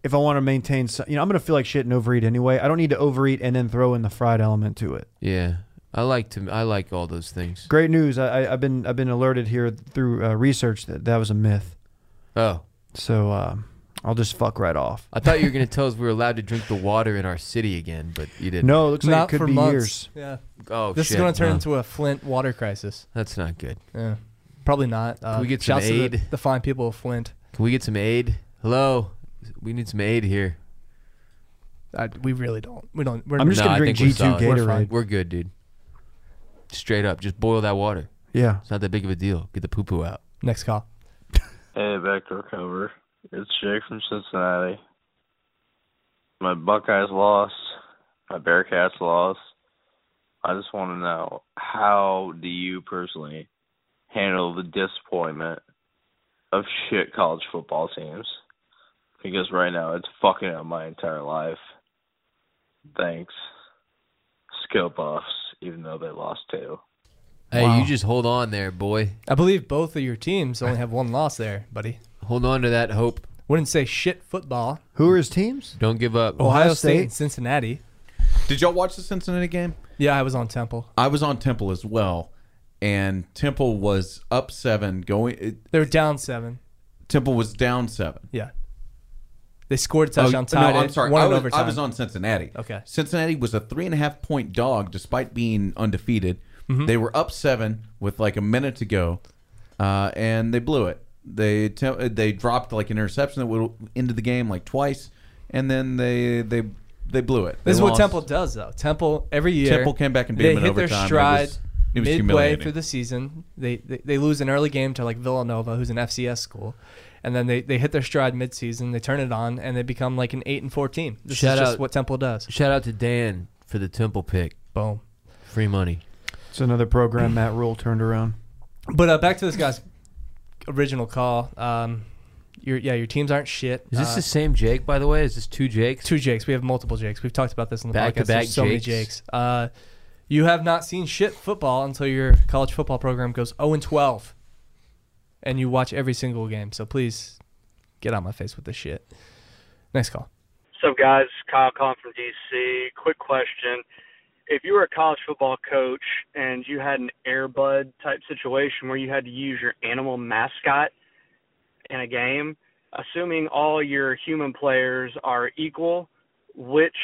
S4: if I want to maintain, so- you know, I'm going to feel like shit and overeat anyway. I don't need to overeat and then throw in the fried element to it.
S2: Yeah. I like to. I like all those things.
S4: Great news! I, I, I've been I've been alerted here through uh, research that that was a myth.
S2: Oh,
S4: So um, I'll just fuck right off.
S2: I thought you were gonna tell us we were allowed to drink the water in our city again, but you didn't.
S4: No, it looks like
S1: not
S4: it could
S1: for
S4: be
S1: months.
S4: years.
S1: Yeah.
S2: Oh,
S1: this
S2: shit.
S1: is going to turn
S2: Huh.
S1: into a Flint water crisis.
S2: That's not good.
S1: Yeah. Probably not. Uh,
S2: we get some
S1: shouts to the-
S2: aid?
S1: the fine people of Flint.
S2: Can we get some aid? Hello, we need some aid here.
S1: I, we really don't. We don't. We're
S4: I'm just
S2: No,
S4: gonna
S2: I
S4: drink
S2: think we're
S4: G2
S2: solid.
S1: We're
S4: Gatorade.
S1: fine.
S2: We're good, dude. Straight up, just boil that water.
S4: Yeah,
S2: It's not that big of a deal. Get the poo poo out.
S1: next call.
S6: Hey, backdoor cover. It's Jake from Cincinnati. My Buckeyes lost. My Bearcats lost. I just want to know how do you personally handle the disappointment of shit college football teams? Because right now it's fucking up my entire life. Thanks. Scope offs, even though they lost two.
S2: Hey,
S1: Wow.
S2: you just hold on there, boy.
S1: I believe both of your teams only have one loss there, buddy.
S2: Hold on to that hope.
S1: Wouldn't say shit football.
S4: who are his teams?
S2: Don't give up.
S4: Oh,
S1: Ohio State,
S4: State?
S1: and Cincinnati.
S5: Did y'all watch the Cincinnati game?
S1: Yeah, I was on Temple.
S5: I was on Temple as well, and Temple was up seven. Going it,
S1: They were down seven.
S5: Temple was down seven.
S1: Yeah. They scored a touchdown,
S5: Oh, no,
S1: tied
S5: I'm
S1: it,
S5: sorry.
S1: won
S5: I
S1: in
S5: was,
S1: overtime.
S5: I was on Cincinnati.
S1: Okay.
S5: Cincinnati was a three and a half point dog despite being undefeated.
S1: Mm-hmm.
S5: They were up seven with like a minute to go, uh, and they blew it. They te- they dropped like an interception that would into the game like twice, and then they they they blew it. They
S1: This is what
S5: lost.
S1: Temple does, though. Temple every year.
S5: Temple came back and beat
S1: they
S5: them in
S1: hit
S5: overtime.
S1: their
S5: It
S1: stride
S5: was- it was
S1: midway
S5: humiliating.
S1: through the season. They, they they lose an early game to like Villanova, who's an FCS school, and then they, they hit their stride midseason. They turn it on, and they become like an eight and four team. This
S2: Shout
S1: is just
S2: out-
S1: what Temple does.
S2: Shout out to Dan for the Temple pick.
S1: Boom.
S2: Free money.
S4: It's another program Matt Rule turned around.
S1: But uh, back to this guy's original call. Um, your yeah, your teams aren't shit.
S2: Is this
S1: Uh,
S2: the same Jake, by the way? Is this two Jakes?
S1: two Jakes? We have multiple Jakes. We've talked about this in the
S2: Back to
S1: podcast.
S2: back
S1: There's so many
S2: Jakes.
S1: Jakes. Uh, you have not seen shit football until your college football program goes zero and twelve, and you watch every single game. So please get out my face with this shit. Next call.
S8: What's up, guys? Kyle calling from DC. Quick question: If you were a college football coach and you had an Airbud type situation where you had to use your animal mascot in a game, assuming all your human players are equal, which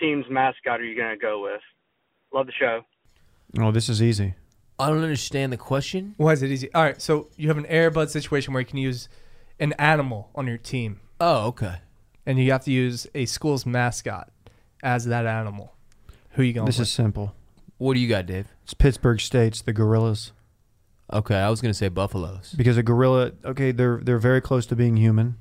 S8: team's mascot are you going to go with? Love the show.
S4: Oh, this is easy.
S2: I don't understand the question.
S1: Why is it easy? All right, so you have an airbud situation where you can use an animal on your team,
S2: Oh, okay.
S1: and you have to use a school's mascot as that animal. Who you going?
S4: This
S1: with?
S4: is simple.
S2: What do you got, Dave?
S4: It's Pittsburgh State's the Gorillas
S2: Okay, I was gonna say Buffaloes.
S4: because a gorilla. Okay, they're they're very close to being human,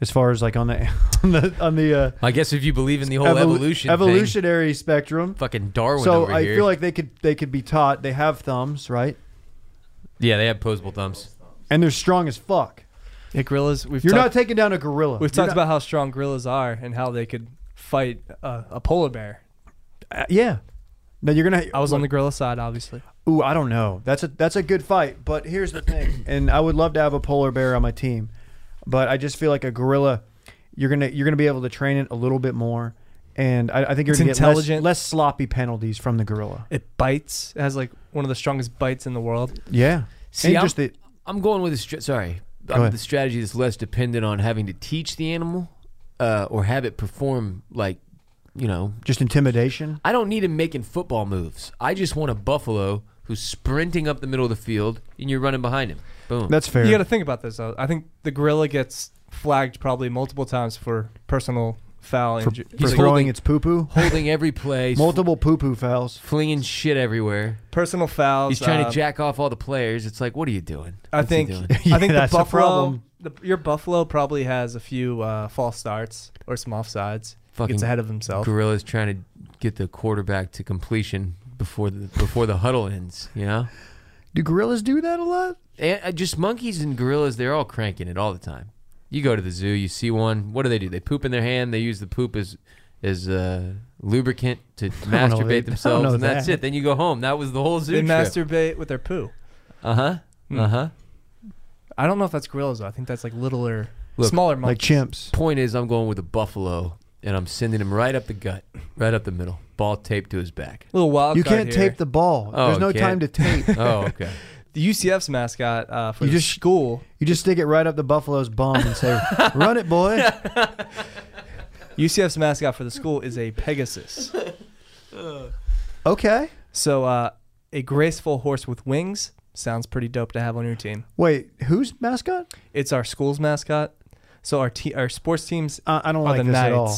S4: as far as like on the on the on the uh,
S2: I guess if you believe in the whole
S4: evolu-
S2: evolution, evolution,
S4: evolutionary spectrum.
S2: fucking Darwin.
S4: So
S2: over
S4: I
S2: here.
S4: feel like they could they could be taught. They have thumbs, right?
S2: yeah, they have posable thumbs.
S4: And they're strong as fuck.
S1: Yeah, gorillas. We've
S4: You're
S1: talked,
S4: not taking down a gorilla.
S1: we've
S4: You're
S1: talked
S4: not-
S1: about how strong gorillas are and how they could fight a, a polar bear.
S4: uh, yeah. No, you're gonna.
S1: I was on the gorilla side, obviously.
S4: Ooh, I don't know. That's a that's a good fight, but here's the thing. and I would love to have a polar bear on my team, but I just feel like a gorilla. You're gonna you're gonna be able to train it a little bit more, and I, I think you're
S1: It's
S4: gonna get less,
S1: intelligent.
S4: less sloppy penalties from the gorilla.
S1: It bites. It has like one of the strongest bites in the world.
S4: Yeah.
S2: See,
S4: and
S2: I'm-
S4: just the,
S2: I'm going with a stra- sorry. I'm
S4: ahead.
S2: with the strategy that's less dependent on having to teach the animal uh, or have it perform like you know.
S4: just intimidation.
S2: I don't need him making football moves. I just want a buffalo who's sprinting up the middle of the field and you're running behind him. Boom.
S4: That's fair.
S1: You got to think about this, though. I think the gorilla gets flagged probably multiple times for personal foul.
S4: for,
S1: inju-
S4: for
S2: he's
S4: throwing
S2: holding-
S4: its poo poo.
S2: holding every play,
S4: Multiple poo poo fouls.
S2: flinging shit everywhere.
S1: personal fouls.
S2: He's trying to
S1: uh,
S2: jack off all the players. It's like, what are you doing?
S1: I
S2: What's he
S1: think
S2: doing?
S4: Yeah,
S1: I think the
S4: that's the
S1: Buffalo,
S4: problem.
S1: the, your Buffalo probably has a few uh, false starts or some offsides.
S2: Fucking
S1: gets ahead of himself.
S2: Gorilla's trying to get the quarterback to completion before the before the huddle ends. You know,
S4: Do gorillas do that a lot?
S2: and, uh, just monkeys and gorillas, they're all cranking it all the time. You go to the zoo, you see one. What do they do? They poop in their hand. They use the poop as as uh, lubricant to
S4: don't know, they- I
S2: masturbate
S4: don't
S2: themselves,
S4: know
S2: and that's
S4: that.
S2: it. Then you go home. That was the whole zoo
S1: They
S2: trip.
S1: masturbate with their poo.
S2: uh huh.
S4: Hmm.
S2: Uh huh.
S1: I don't know if that's gorillas. Though. I think that's like littler,
S2: Look,
S1: smaller
S4: Like
S1: monkeys.
S4: chimps.
S2: Point is, I'm going with a buffalo, and I'm sending him right up the gut, right up the middle, ball taped to his back.
S1: little wild.
S4: You
S1: card
S4: can't
S1: here.
S4: tape the ball.
S2: Oh,
S4: There's no
S2: can't.
S4: time to tape.
S2: Oh, okay.
S1: the UCF's mascot uh, for
S4: You
S1: the
S4: just-
S1: school.
S4: You just stick it right up the buffalo's bum and say, "Run it, boy."
S1: UCF's mascot for the school is a pegasus.
S4: Okay.
S1: So uh, a graceful horse with wings sounds pretty dope to have on your team.
S4: Wait, who's mascot?
S1: It's our school's mascot. So our te- our sports teams
S4: Uh, I don't
S1: are
S4: like
S1: the
S4: this
S1: knights,
S4: at all.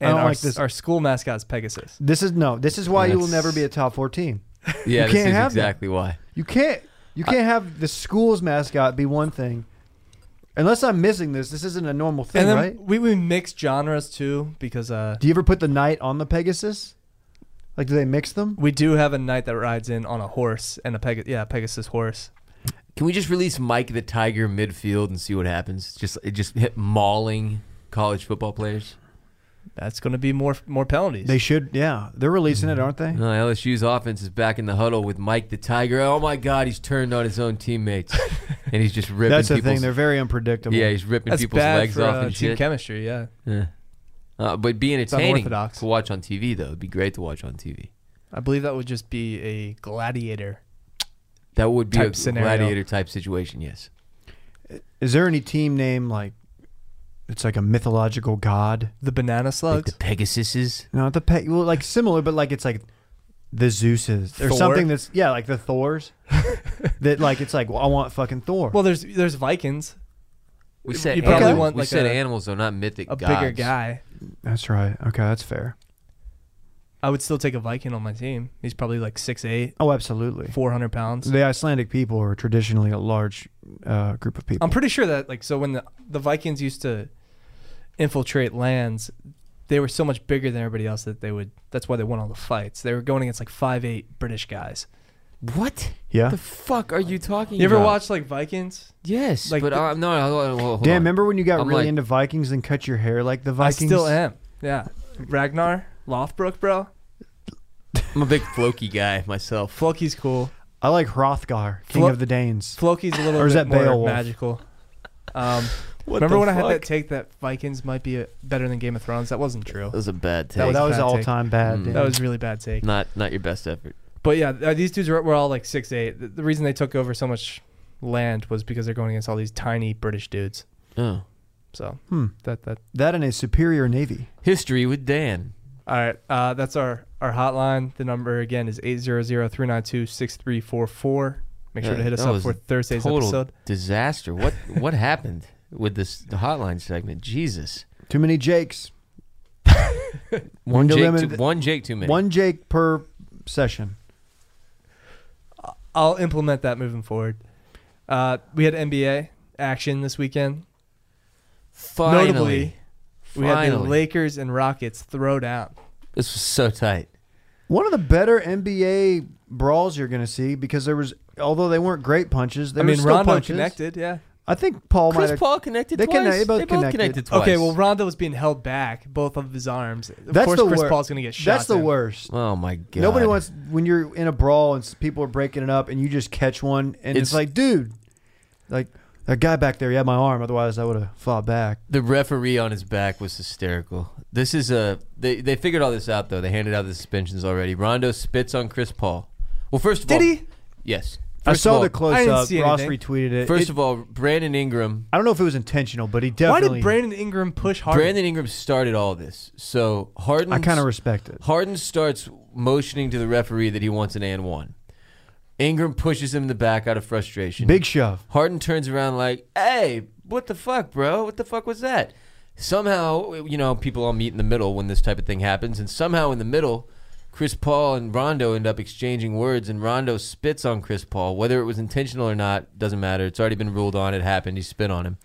S1: and
S4: don't
S1: our
S4: like
S1: s-
S4: this.
S1: our school mascot is Pegasus.
S4: This is no. This is why you will
S2: That's-
S4: never be a top four team.
S2: Yeah, this
S4: You can't
S2: is
S4: have that.
S2: exactly why.
S4: You can't. You can't have the school's mascot be one thing. Unless I'm missing this, this isn't a normal thing,
S1: and then
S4: right?
S1: we, we mix genres too because uh,
S4: Do you ever put the knight on the Pegasus? Like, do they mix them?
S1: we do have a knight that rides in on a horse and a Peg- yeah Pegasus horse.
S2: Can we just release Mike the Tiger midfield and see what happens? Just it just hit mauling college football players.
S1: That's going to be more more penalties.
S4: They should. Yeah, they're releasing
S1: Mm-hmm.
S4: it, aren't they?
S2: No, LSU's offense is back in the huddle with Mike the Tiger. Oh my God, he's turned on his own teammates, and he's just ripping.
S4: That's the
S2: people's,
S4: thing. They're very unpredictable.
S2: yeah, he's ripping
S1: That's
S2: people's
S1: bad
S2: legs
S1: for
S2: off
S1: uh,
S2: and
S1: team
S2: shit.
S1: chemistry. Yeah.
S2: Yeah. Uh, but be entertaining
S1: unorthodox.
S2: to watch on TV though. It'd be great to watch on TV.
S1: I believe that would just be a gladiator.
S2: That would be
S1: Type
S2: a
S1: scenario.
S2: gladiator type situation. Yes.
S4: Is there any team name like? It's like a mythological god.
S1: The banana
S2: Like the
S1: slugs.
S2: Pegasuses.
S4: Not the pe- well, like similar, but like it's like the Zeus's or
S1: Thor?
S4: something that's yeah, like the Thors. that like it's like well, I want fucking Thor.
S1: Well, there's there's Vikings,
S2: We said
S1: you probably
S2: animals.
S1: want,
S2: we
S1: like,
S2: said
S1: a-
S2: animals though, not mythic
S1: a
S2: gods.
S1: bigger guy.
S4: that's right. Okay, that's fair.
S1: I would still take a Viking on my team. He's probably like 6'8",
S4: Oh, absolutely.
S1: 400 pounds.
S4: The Icelandic people are traditionally a large uh, group of people.
S1: I'm pretty sure that like so when the the Vikings used to infiltrate lands, they were so much bigger than everybody else that they would. That's why they won all the fights. They were going against like five eight British guys.
S2: What
S4: yeah.
S2: the fuck are you talking?
S1: You ever
S2: about?
S1: watch like Vikings?
S2: Yes,
S1: like
S2: but
S1: the-
S2: I, no, no, hold on, hold on.
S4: Dan, remember when you got
S2: I'm
S4: really
S2: like-
S4: into Vikings and cut your hair like the Vikings?
S1: I still am. Yeah, Ragnar Lothbrok, bro.
S2: I'm a big Floki guy myself.
S1: Floki's cool.
S4: I like Hrothgar, King
S1: Flo-
S4: of the Danes.
S1: Floki's a little
S4: Or is
S1: bit
S4: that
S1: more
S4: Beowulf?
S1: magical. Um, remember when I had that take that Vikings might be a, better than Game of Thrones? That wasn't true.
S4: Uh,
S2: That was a bad take.
S1: That
S4: That,
S1: was a
S4: that was
S1: bad
S4: all
S1: take. Hmm.
S4: time bad.
S2: Mm.
S4: Dan.
S1: That was a really bad take.
S2: not not your best effort.
S1: But yeah, th- uh, these dudes were, were all like six eight. The, the reason they took over so much land was because they're going against all these tiny British dudes.
S2: Oh,
S1: So
S4: Hmm.
S1: that that
S4: that and a superior navy.
S2: history with Dan.
S1: all right. Uh, that's our our hotline. The number again is 800-392-6344. Make sure
S2: Yeah,
S1: to hit us
S2: that
S1: up
S2: was
S1: for Thursday's
S2: Total
S1: episode.
S2: disaster. What what happened with this the hotline segment? Jesus.
S4: Too many Jakes.
S2: One
S4: Window
S2: Jake,
S4: limit-
S2: too, one Jake too many.
S4: One Jake per session.
S1: I'll implement that moving forward. Uh, we had NBA action this weekend.
S2: Finally,
S1: Notably, we had the
S2: Finally.
S1: Lakers and Rockets throw down.
S2: this was so tight.
S4: One of the better NBA brawls you're going to see because there was, although they weren't great punches, they
S1: I
S4: were
S1: mean,
S4: still
S1: Rondo
S4: punches.
S1: connected, yeah.
S4: I think
S1: Oh
S4: Paul might
S2: Chris
S4: have.
S2: Paul connected
S4: They
S2: twice.
S4: connect- they both
S2: they both
S4: connected.
S2: connected. twice.
S1: Okay, well, Rondo was being held back, both of his arms. Of
S4: That's
S1: course,
S4: the
S1: Chris
S4: wor-
S1: Paul's going to get shot.
S4: That's the
S1: down.
S4: worst.
S2: oh my god.
S4: Nobody wants when you're in a brawl and s- people are breaking it up and you just catch one and
S2: It's-
S4: it's, like, dude, like that guy back there, he had my arm. Otherwise, I would have fought back.
S2: The referee on his back was hysterical. This is a they they figured all this out though. They handed out the suspensions already. Rondo spits on Chris Paul. Well, first of
S1: Did
S2: all,
S1: he?
S2: Yes.
S4: I
S2: First of
S4: saw
S2: all-
S4: the close
S1: I didn't
S4: up.
S1: see
S4: Ross
S1: anything.
S4: retweeted it.
S2: First
S4: It-
S2: of all, Brandon Ingram.
S4: I don't know if it was intentional, but he
S1: Why
S4: definitely.
S1: did Brandon Ingram push hard?
S2: Brandon Ingram started all this. So Harden.
S4: I kind of respect it.
S2: Harden starts motioning to the referee that he wants an and one. Ingram pushes him in the back out of frustration.
S4: Big shove.
S2: Harden turns around like, "Hey, what the fuck, bro? What the fuck was that?" Somehow, you know, people all meet in the middle when this type of thing happens, and somehow in the middle, Chris Paul and Rondo end up exchanging words, and Rondo spits on Chris Paul. Whether it was intentional or not doesn't matter. It's already been ruled on. It happened. He spit on him.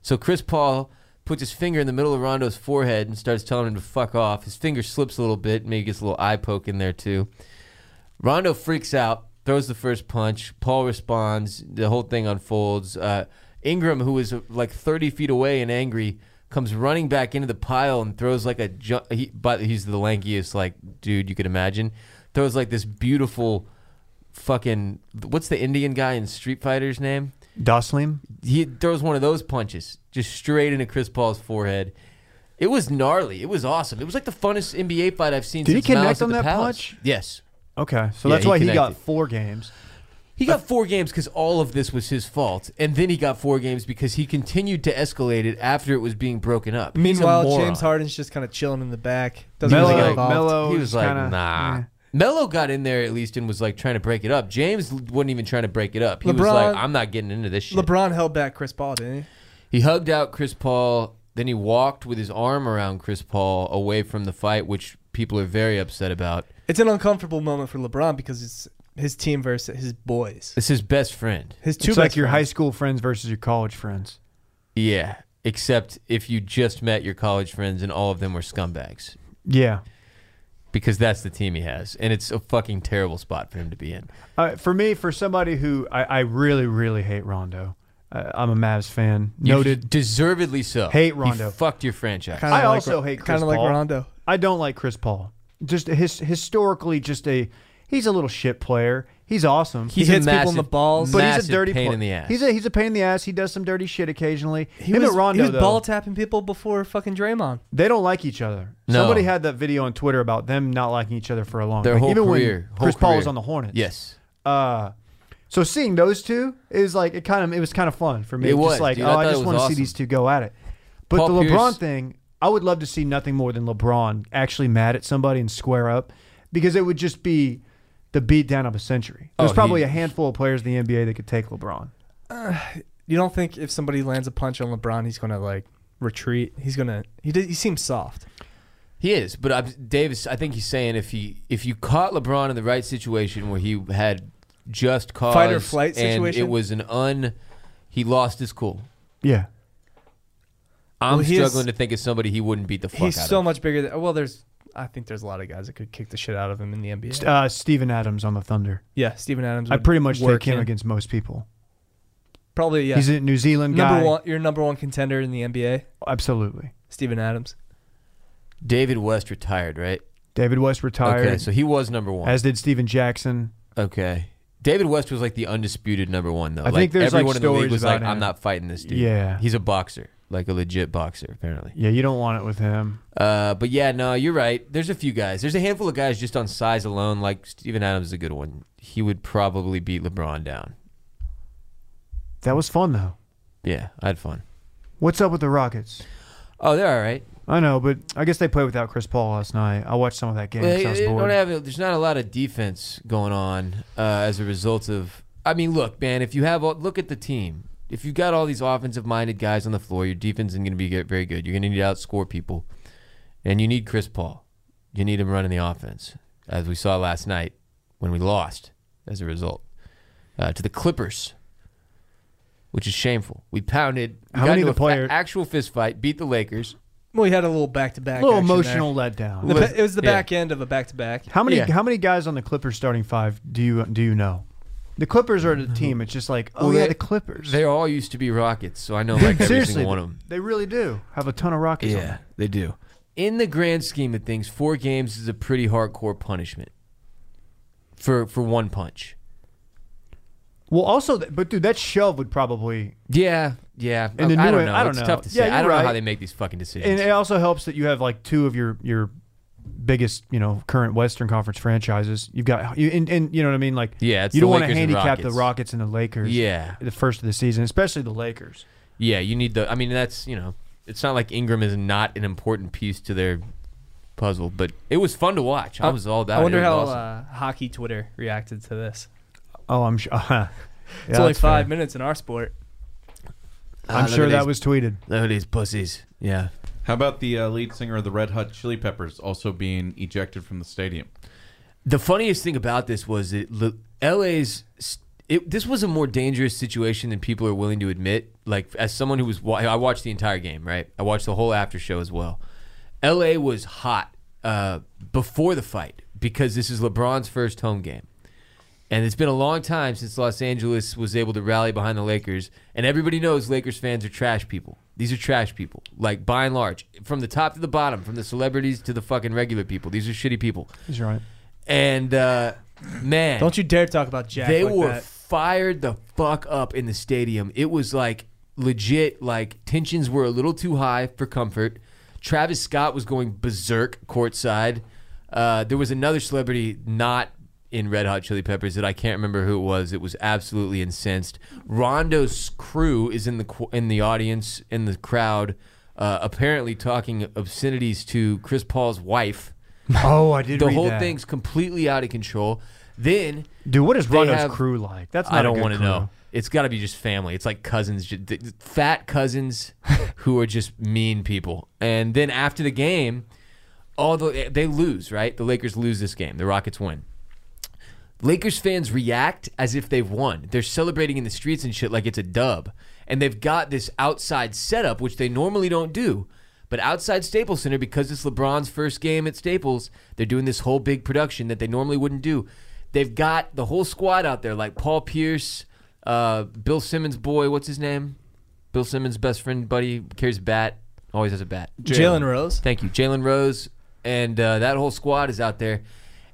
S2: So Chris Paul puts his finger in the middle of Rondo's forehead and starts telling him to fuck off. His finger slips a little bit, maybe gets a little eye poke in there too. Rondo freaks out, throws the first punch. Paul responds. The whole thing unfolds. Uh, Ingram, who is uh, like 30 feet away and angry, comes running back into the pile and throws like a. Ju- he, but he's the lankiest like dude you could imagine. Throws like this beautiful, fucking. What's the Indian guy in Street Fighter's name?
S4: Doslim.
S2: he throws one of those punches just straight into Chris Paul's forehead. It was gnarly. It was awesome. It was like the funnest NBA fight I've seen.
S4: Did he
S2: since Malice
S4: connect
S2: at
S4: on
S2: the
S4: that
S2: Palace.
S4: punch?
S2: Yes,
S4: Okay, so
S2: Yeah,
S4: that's
S2: he
S4: why he got
S2: connected.
S4: four games.
S2: he got four games because all of this was his fault, and then he got four games because he continued to escalate it after it was being broken up. He's a
S1: Meanwhile,
S2: moron.
S1: James Harden's just kind of chilling in the back. Doesn't
S4: Melo,
S1: really get
S2: like-
S1: involved.
S4: Melo
S2: he was like,
S4: kinda-
S2: nah.
S4: eh.
S2: Melo got in there at least and was like trying to break it up. James wasn't even trying to break it up. He was
S1: LeBron-
S2: like, "I'm not getting into this shit."
S1: LeBron held back Chris Paul, didn't he?
S2: He hugged out Chris Paul, then he walked with his arm around Chris Paul away from the fight, which people are very upset about.
S1: It's an uncomfortable moment for LeBron because it's his team versus his boys.
S2: It's his best friend.
S1: His two
S4: It's like
S1: best
S4: your high
S1: friends.
S4: school friends versus your college friends.
S2: Yeah. Except if you just met your college friends and all of them were scumbags.
S4: Yeah.
S2: Because that's the team he has. And it's a fucking terrible spot for him to be in.
S4: Uh, for me, for somebody who I, I really, really hate Rondo, uh, I'm a Mavs fan.
S2: You
S4: Noted.
S2: Deservedly so.
S4: Hate
S2: He
S4: Rondo.
S2: fucked your franchise.
S1: Kinda
S4: I
S1: like
S4: also
S1: Ro-
S4: hate
S1: kinda
S4: Chris
S1: like
S4: Paul.
S1: Rondo.
S4: I don't like Chris Paul. Just his, historically, just a he's a little shit player. He's awesome.
S1: He
S2: He's a
S1: hits people in the
S2: massive-
S1: balls.
S4: but he's
S2: massive
S4: a dirty
S2: pain
S4: pl-
S2: in the ass.
S4: He's a he's a pain in the ass. He does some dirty shit occasionally.
S1: He
S4: Him
S1: was,
S4: and Rondo
S1: he was
S4: though,
S1: ball tapping people before fucking Draymond.
S4: they don't like each other.
S2: No.
S4: Somebody had that video on Twitter about them not liking each other for a long
S2: Their
S4: like,
S2: whole
S4: even
S2: career,
S4: when
S2: whole
S4: Chris Paul
S2: career.
S4: was on the Hornets.
S2: Yes.
S4: Uh, so seeing those two is like it kind of it was kind of fun for me.
S2: It
S4: Just
S2: was,
S4: like
S2: dude.
S4: oh,
S2: I
S4: I,
S2: thought it
S4: just
S2: was
S4: want to
S2: awesome.
S4: see these two go at it. But
S2: Paul
S4: the LeBron
S2: Pierce-
S4: thing, I would love to see nothing more than LeBron actually mad at somebody and square up, because it would just be the beatdown of a century. There's
S2: Oh,
S4: probably
S2: he-
S4: a handful of players in the NBA that could take LeBron.
S1: You don't think if somebody lands a punch on LeBron, he's gonna like retreat? He's gonna he did, he seems soft.
S2: He is, but I, Davis, I think he's saying if he if you caught LeBron in the right situation where he had just cause
S1: Fight or flight
S2: and
S1: situation?
S2: it was an un, he lost his cool.
S4: Yeah.
S2: I'm
S1: Well, he is-
S2: struggling to think of somebody he wouldn't beat the fuck
S1: He's
S2: out
S1: so
S2: of.
S1: much bigger than. Well, there's. I think there's a lot of guys that could kick the shit out of him in the NBA.
S4: Uh, Steven Adams on the Thunder.
S1: yeah, Steven Adams.
S4: I
S1: would
S4: pretty much
S1: work
S4: take him against most people.
S1: Probably yeah.
S4: He's a New Zealand
S1: number
S4: guy.
S1: one. Your number one contender in the NBA,
S4: Absolutely.
S1: Steven Adams.
S2: David West retired, right?
S4: David West retired,
S2: Okay, so he was number one.
S4: as did Steven Jackson.
S2: okay. David West was like the undisputed number one though.
S4: I think there's, like,
S2: everyone in the league
S4: stories
S2: was
S4: about
S2: like, I'm
S4: him.
S2: not fighting this dude.
S4: Yeah.
S2: He's a boxer. Like a legit boxer, apparently.
S4: Yeah, you don't want it with him.
S2: Uh, but yeah, no, you're right. There's a few guys. There's a handful of guys just on size alone. Like Steven Adams is a good one. He would probably beat LeBron down.
S4: That was fun though.
S2: Yeah, I had fun.
S4: What's up with the Rockets?
S2: Oh, they're all right.
S4: I know, but I guess they played without Chris Paul last night. I watched some of that game. 'cause
S2: They-
S4: I was
S2: they don't
S4: bored.
S2: have- there's not a lot of defense going on uh, as a result of. I mean, look, man. If you have all, look at the team. If you've got all these offensive-minded guys on the floor, your defense isn't going to be get very good. You're going to need to outscore people, and you need Chris Paul. You need him running the offense, as we saw last night when we lost as a result uh, to the Clippers, which is shameful. We pounded. We
S4: How
S2: got
S4: many of
S2: into
S4: the
S2: a fa-
S4: player-
S2: actual fist fight, beat the Lakers.
S1: Well, he had a little back to back.
S4: a little emotional letdown.
S1: The, pa- it was the
S2: Yeah.
S1: back end of a back to back.
S4: How many
S2: Yeah.
S4: how many guys on the Clippers starting five do you do you know? The Clippers are the team. It's just like, oh
S2: Mm-hmm. Well,
S4: yeah,
S2: they-
S4: the Clippers.
S2: They all used to be Rockets, so I know like every
S4: Seriously,
S2: single one of them.
S4: they really do have a ton of Rockets. on
S2: Yeah,
S4: them.
S2: they do. In the grand scheme of things, four games is a pretty hardcore punishment for for one punch.
S4: Well, also, th- but dude, that shove would probably,
S2: Yeah, yeah.
S4: And the
S2: I,
S4: new-
S2: don't know.
S4: I don't
S2: it's
S4: know.
S2: tough to
S4: Yeah,
S2: say. I
S4: you're
S2: don't know how
S4: right.
S2: they make these fucking decisions.
S4: and it also helps that you have like two of your your biggest, you know, current Western Conference franchises. You've got you and, and you know what I mean, like
S2: Yeah, it's
S4: you
S2: the
S4: don't want to
S2: Lakers and
S4: handicap the
S2: Rockets.
S4: Rockets and the Lakers.
S2: Yeah.
S4: the first of the season, especially the Lakers.
S2: yeah, you need the. I mean, that's you know, it's not like Ingram is not an important piece to their puzzle, but it was fun to watch.
S4: Uh,
S2: I was all that.
S1: I wonder
S2: it was
S1: how
S2: awesome.
S1: uh, hockey Twitter reacted to this.
S4: Oh, I'm sure.
S1: It's only five minutes in our sport.
S2: Ah,
S4: I'm sure
S2: look at
S4: that
S2: these-
S4: was tweeted.
S2: Look at these pussies. Yeah.
S5: How about the uh, lead singer of the Red Hot Chili Peppers also being ejected from the stadium?
S2: The funniest thing about this was that L- LA's it, this was a more dangerous situation than people are willing to admit. Like as someone who was wa- I watched the entire game, right? I watched the whole after show as well. LA was hot uh, before the fight because this is LeBron's first home game. And it's been a long time since Los Angeles was able to rally behind the Lakers. And everybody knows Lakers fans are trash people. These are trash people, like by and large, from the top to the bottom, from the celebrities to the fucking regular people. These are shitty people
S4: He's right.
S2: and uh, man,
S1: Don't you dare talk about Jack.
S2: they
S1: like
S2: were
S1: that.
S2: fired the fuck up in the stadium. It was like legit. Like tensions were a little too high for comfort. Travis Scott was going berserk courtside. Uh, there was another celebrity not in Red Hot Chili Peppers that I can't remember who it was. It was absolutely incensed. Rondo's crew is in the qu- in the audience in the crowd, uh, apparently talking obscenities to Chris Paul's wife.
S4: Oh, I did.
S2: The
S4: read
S2: whole
S4: that.
S2: thing's completely out of control. Then
S4: Dude, what is
S2: They
S4: Rondo's
S2: have-
S4: crew like? That's not
S2: I don't
S4: want to
S2: know. It's got to be just family. It's like cousins, ju- th- th- fat cousins who are just mean people. And then after the game, all the they lose. Right, the Lakers lose this game. The Rockets win. Lakers fans react as if they've won. They're celebrating in the streets and shit like it's a dub. And they've got this outside setup, which they normally don't do. But outside Staples Center, because it's LeBron's first game at Staples, they're doing this whole big production that they normally wouldn't do. They've got the whole squad out there, like Paul Pierce, uh, Bill Simmons' boy, what's his name? Bill Simmons' best friend, buddy, carries a bat, always has a bat.
S1: Jalen Rose.
S2: Thank you, Jalen Rose, and uh, that whole squad is out there.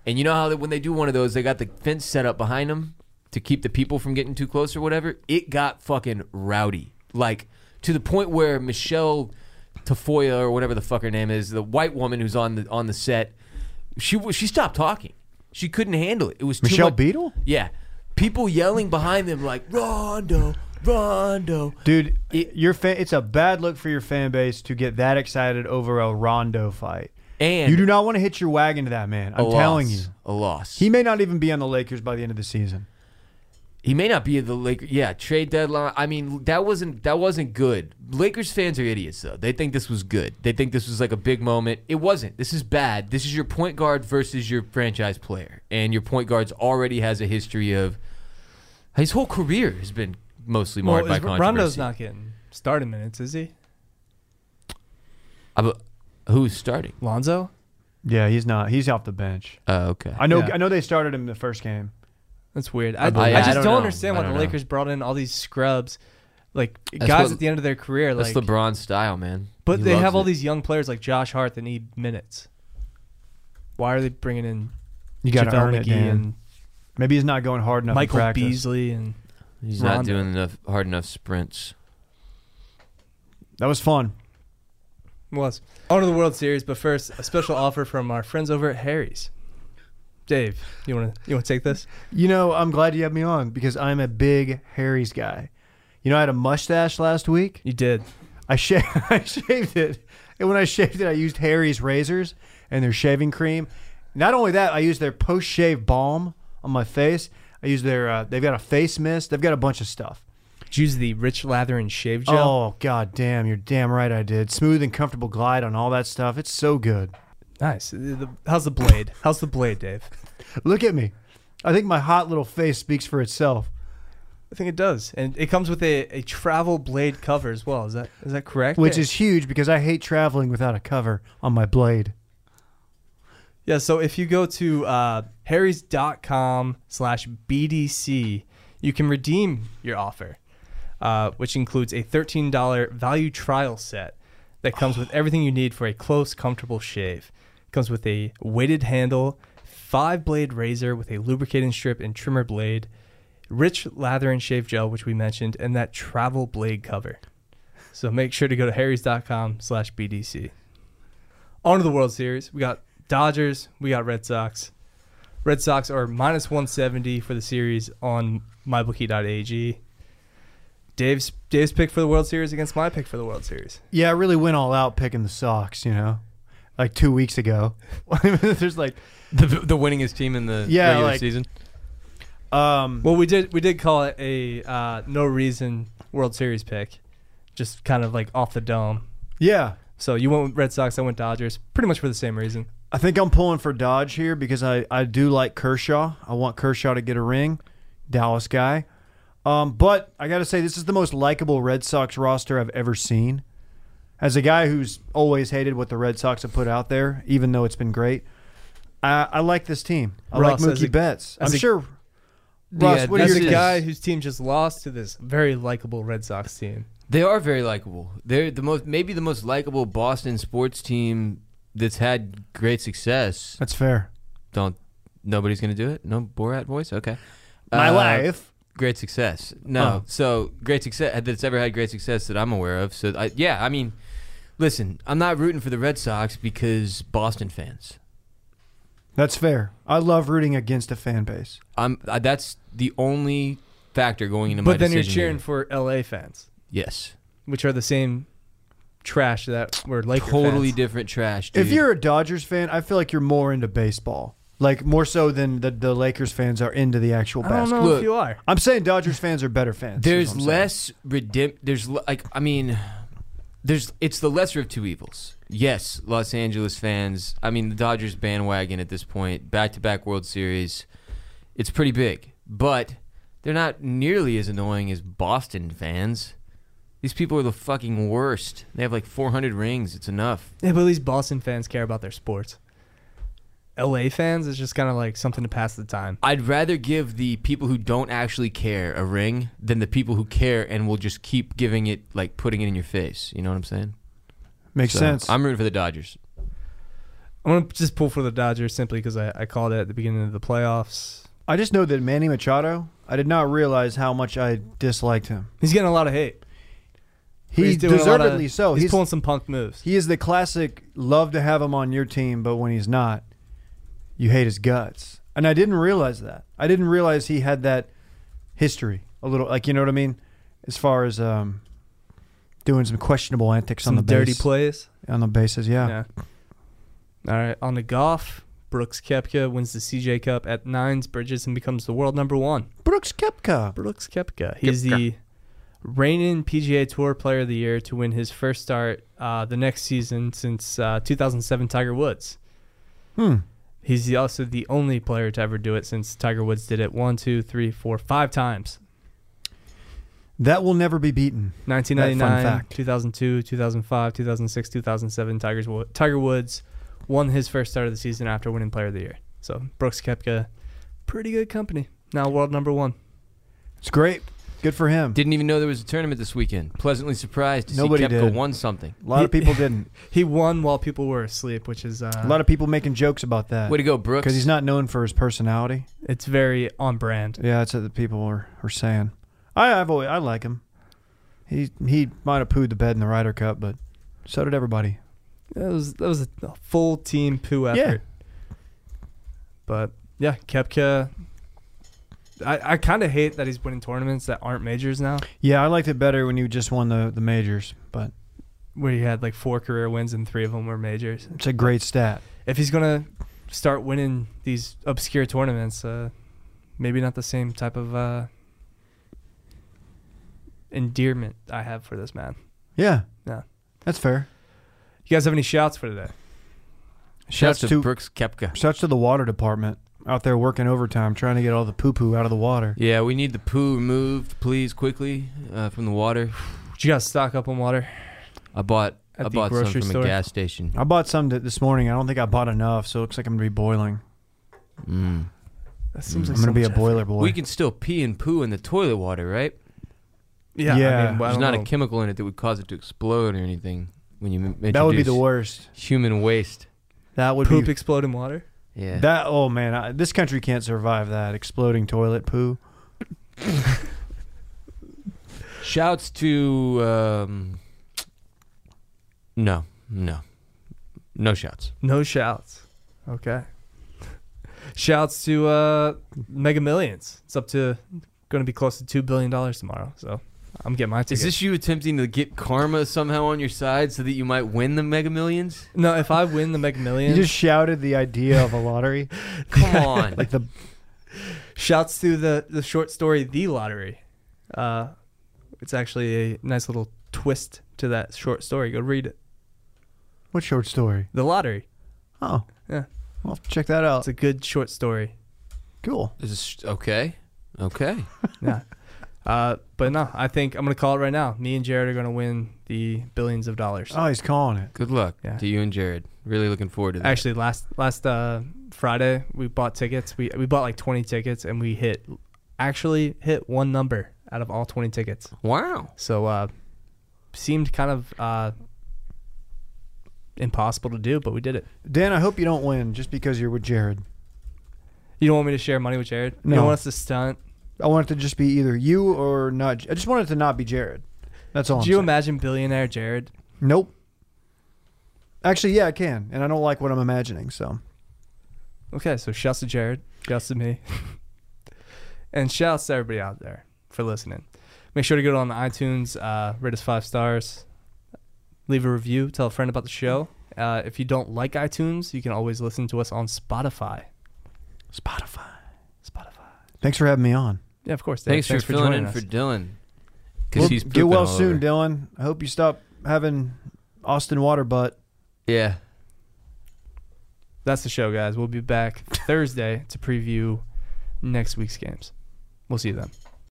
S2: And you know how that when they do one of those, they got the fence set up behind them to keep the people from getting too close or whatever. It got fucking rowdy, like to the point where Michelle Tafoya or whatever the fuck her name is, the white woman who's on the on the set, she w- she stopped talking. She couldn't handle it. It was
S4: Michelle
S2: too much-
S4: Beadle?
S2: Yeah, people yelling behind them like Rondo, Rondo.
S4: Dude,
S2: It-
S4: your fan, it's a bad look for your fan base to get that excited over a Rondo fight.
S2: And-
S4: you do not want to hit your wagon to that man.
S2: A
S4: I'm telling
S2: loss.
S4: you.
S2: a loss.
S4: He may not even be on the Lakers by the end of the season.
S2: He may not be the Lakers. Yeah, trade deadline. I mean, that wasn't that wasn't good. Lakers fans are idiots though. They think this was good. They think this was like a big moment. It wasn't. This is bad. This is your point guard versus your franchise player, and your point guard's already has a history of. His whole career has been mostly marred
S1: Well,
S2: by
S1: is-
S2: controversy.
S1: Rondo's not getting starting minutes, is he?
S2: I bu- who's starting?
S1: Lonzo?
S4: Yeah, he's not. He's off the bench.
S2: Oh, okay.
S4: I know.
S1: Yeah.
S4: I know they started him the first game.
S1: That's weird. I, I,
S2: believe-
S1: just
S2: I
S1: don't,
S2: don't know.
S1: understand
S2: I
S1: why
S2: don't
S1: the
S2: know.
S1: Lakers brought in all these scrubs, like
S2: That's
S1: guys
S2: what-
S1: at the end of their career.
S2: That's
S1: Like,
S2: LeBron style, man.
S1: but
S2: He
S1: they
S2: loves
S1: have all
S2: it.
S1: these young players like Josh Hart that need minutes. Why are they bringing in
S4: You got to
S1: JaVale
S4: earn it,
S1: McGee
S4: Dan.
S1: and
S4: Maybe he's not going hard enough. in
S1: Michael
S4: practice.
S1: Beasley and
S2: He's not
S1: Rondo.
S2: doing enough hard enough sprints.
S4: That was fun.
S1: was on to the World Series? But first, a special offer from our friends over at Harry's. Dave, you want to you want to take this?
S4: You know, I'm glad you had me on because I'm a big Harry's guy. You know, I had a mustache last week.
S1: You did.
S4: I, sha- I shaved it. And when I shaved it, I used Harry's razors and their shaving cream. Not only that, I used their post shave balm on my face. I used their, uh, they've got a face mist. They've got a bunch of stuff.
S1: Did you use the rich lather and shave gel?
S4: Oh, god damn. You're damn right I did. Smooth and comfortable glide on all that stuff. It's so good.
S1: Nice. The- the- How's the blade? How's the blade, Dave?
S4: Look at me. I think my hot little face speaks for itself.
S1: I think it does, and it comes with a, a travel blade cover as well. Is that is that correct?
S4: which
S1: Dave?
S4: is huge because I hate traveling without a cover on my blade.
S1: Yeah, so if you go to uh, harrys.com slash BDC, you can redeem your offer, uh, which includes a $13 value trial set that comes with everything you need for a close, comfortable shave. It comes with a weighted handle, five blade razor with a lubricating strip and trimmer blade, rich lather and shave gel, which we mentioned, and that travel blade cover. So make sure to go to harrys.com slash BDC on to the World Series. We got Dodgers, we got Red Sox. Red Sox are minus 170 for the series on mybookie.ag. Dave's Dave's pick for the World Series against my pick for the World Series.
S4: Yeah, I really went all out picking the socks, you know, like two weeks ago. There's like,
S9: The, the winningest team in the
S4: Yeah,
S9: regular
S4: like-
S9: season.
S4: um,
S1: Well, we did we did call it a uh, no reason World Series pick, just kind of like off the dome.
S4: yeah,
S1: So you went with Red Sox, I went Dodgers, pretty much for the same reason.
S4: I think I'm pulling for Dodge here because I, I do like Kershaw. I want Kershaw to get a ring, Dallas guy. Um, but I got to say, this is the most likable Red Sox roster I've ever seen. As a guy who's always hated what the Red Sox have put out there, even though it's been great, I, I like this team. I
S1: Ross,
S4: like
S1: as
S4: Mookie
S1: a-
S4: Betts. I'm
S1: as a-
S4: sure. Ross, what are
S1: As
S4: your
S1: a
S4: guys?
S1: guy whose team just lost to this very likable Red Sox team.
S2: They are very likable. They're the most maybe the most likable Boston sports team that's had great success.
S4: That's fair.
S2: Don't nobody's gonna do it. No Borat voice. Okay.
S4: My
S2: Uh,
S4: life.
S2: Great success. No.
S4: Oh.
S2: So great success uh, that's ever had great success that I'm aware of. So I, yeah, I mean, listen, I'm not rooting for the Red Sox because Boston fans.
S4: That's fair. I love rooting against a fan base.
S2: I'm uh, that's the only factor going into my
S1: But then you're
S2: decision here.
S1: cheering for LA fans.
S2: Yes.
S1: which are the same trash that were like
S2: Totally
S1: fans.
S2: different trash. Dude.
S4: If you're a Dodgers fan, I feel like you're more into baseball. Like more so than the, the Lakers fans are into the actual
S1: I don't
S4: basketball.
S1: know
S2: Look,
S1: if you are.
S4: I'm saying Dodgers fans are better fans. is
S2: There's
S4: what I'm saying.
S2: less redemp. There's le- like I mean, there's it's the lesser of two evils. Yes, Los Angeles fans. I mean, the Dodgers bandwagon at this point, back to back World Series, it's pretty big. But they're not nearly as annoying as Boston fans. These people are the fucking worst. They have like 400 rings. It's enough.
S1: Yeah, but at least Boston fans care about their sports. LA fans is just kind of like something to pass the time.
S2: I'd rather give the people who don't actually care a ring than the people who care and will just keep giving it, like putting it in your face. You know what I'm saying?
S4: Makes
S2: So,
S4: sense.
S2: I'm rooting for the Dodgers.
S1: I'm gonna just pull for the Dodgers simply because I, I called it at the beginning of the playoffs.
S4: I just know that Manny Machado. I did not realize how much I disliked him.
S1: He's getting a lot of hate.
S4: He
S1: doing a lot of-
S4: deservedly so.
S1: He's,
S4: He's,
S1: pulling some punk moves.
S4: he is the classic. Love to have him on your team, but when he's not, you hate his guts. And I didn't realize that. I didn't realize he had that history. A little, like you know what I mean, as far as um, doing some questionable antics
S1: Some
S4: on the
S1: dirty
S4: base,
S1: plays.
S4: on the bases. Yeah.
S1: Yeah. All right, on the golf. Brooks Kepka wins the CJ Cup at nines bridges and becomes the world number one.
S4: Brooks Kepka.
S1: Brooks Kepka. He's the reigning PGA Tour Player of the Year to win his first start uh, the next season since uh, 2007 Tiger Woods.
S4: Hmm.
S1: He's the- also the only player to ever do it since Tiger Woods did it one, two, three, four, five times.
S4: That will never be beaten. That
S1: 1999,
S4: fun fact.
S1: 2002, 2005, 2006, 2007. Tiger's Wo- Tiger Woods won his first start of the season after winning Player of the Year. So Brooks Kepka, pretty good company. Now world number one.
S4: It's great. Good for him.
S2: Didn't even know there was a tournament this weekend. Pleasantly surprised to
S4: Nobody
S2: see Kepka
S4: did.
S2: won something.
S4: a lot of people didn't.
S1: He won while people were asleep, which is uh,
S4: A lot of people making jokes about that.
S2: Way to go, Brooks.
S4: Because he's not known for his personality.
S1: it's very on brand.
S4: Yeah, that's what the people are, are saying. I I've always I like him. He he might have pooed the bed in the Ryder Cup, but so did everybody.
S1: That was that was a full team poo effort.
S4: Yeah.
S1: But yeah, Kepka. I, I kind of hate that he's winning tournaments that aren't majors now,
S4: Yeah, I liked it better when you just won the, the majors, but
S1: where he had like four career wins and three of them were majors.
S4: it's a great stat.
S1: If he's gonna start winning these obscure tournaments, uh, maybe not the same type of uh, endearment I have for this man.
S4: Yeah.
S1: Yeah.
S4: That's fair.
S1: You guys have any shouts for today?
S2: Shouts
S4: Shouts
S2: to
S4: to-
S2: Brooks Kepka.
S4: Shouts to the water department out there working overtime trying to get all the poo poo out of the water.
S2: Yeah, we need the poo removed, please, quickly, uh, from the water.
S1: Did you guys stock up on water?
S2: I bought
S1: At
S2: I
S1: the
S2: bought some
S1: grocery
S2: from
S1: store.
S2: a gas station.
S4: I bought some th- this morning. I don't think I bought enough, so it looks like I'm gonna be boiling.
S2: Mm.
S1: That seems
S4: I'm
S1: like
S4: gonna
S1: so
S4: be a
S1: much effort.
S4: boiler boy.
S2: We can still pee and poo in the toilet water, right?
S1: Yeah, I
S4: Yeah.
S1: mean, well, I
S2: There's
S1: don't
S2: not
S1: know.
S2: a chemical in it that would cause it to explode or anything when you m- introduce
S4: that would be the worst.
S2: human waste.
S4: That would
S1: poop
S4: be
S1: explode in water.
S2: Yeah.
S4: that. Oh man, I, this country can't survive that exploding toilet poo.
S2: Shouts to um, no, no, no shouts.
S1: No shouts. Okay. Shouts to uh, Mega Millions. It's up to going to be close to two billion dollars tomorrow. So I'm getting my ticket.
S2: Is this you attempting to get karma somehow on your side so that you might win the Mega Millions?
S1: no? If I win the Mega
S4: You
S1: Millions,
S4: just shouted the idea of a lottery,
S2: Come on,
S4: like the
S1: shouts to the the short story The Lottery. Uh, it's actually a nice little twist to that short story. Go read it.
S4: what short story?
S1: The Lottery.
S4: Oh,
S1: Yeah.
S4: We'll have to check that out.
S1: It's a good short story.
S4: cool.
S2: This is- okay, okay.
S1: yeah. Uh, but no, I think I'm gonna call it right now. Me and Jared are gonna win the billions of dollars.
S4: Oh, he's calling it.
S2: Good luck
S1: Yeah.
S2: to you and Jared. Really looking forward to that.
S1: Actually, last last uh, Friday we bought tickets. We we bought like 20 tickets, and we hit actually hit one number out of all 20 tickets.
S2: wow.
S1: So uh, seemed kind of uh, impossible to do, but we did it.
S4: Dan, I hope you don't win just because you're with Jared.
S1: You don't want me to share money with Jared? You
S4: No.
S1: don't want us to stunt?
S4: I want it to just be either you or not. I just want it to not be Jared. That's all.
S1: Do
S4: I'm
S1: you
S4: saying.
S1: imagine billionaire Jared?
S4: Nope. Actually, yeah, I can, and I don't like what I'm imagining. So
S1: Okay, so shouts to Jared, shouts to me, and shouts to everybody out there for listening. Make sure to go on iTunes, uh, rate us five stars, leave a review, tell a friend about the show. Uh, if you don't like iTunes, you can always listen to us on Spotify.
S4: Spotify.
S1: Spotify.
S4: Thanks for having me on.
S1: Yeah, of course. Dave.
S2: Thanks, for, filling in for Dylan. Because
S4: Well,
S2: he's
S4: get
S2: pooping
S4: well
S2: all over.
S4: soon, Dylan. I hope you stop having Austin water butt.
S2: Yeah.
S1: That's the show, guys. We'll be back Thursday to preview next week's games. We'll see you then.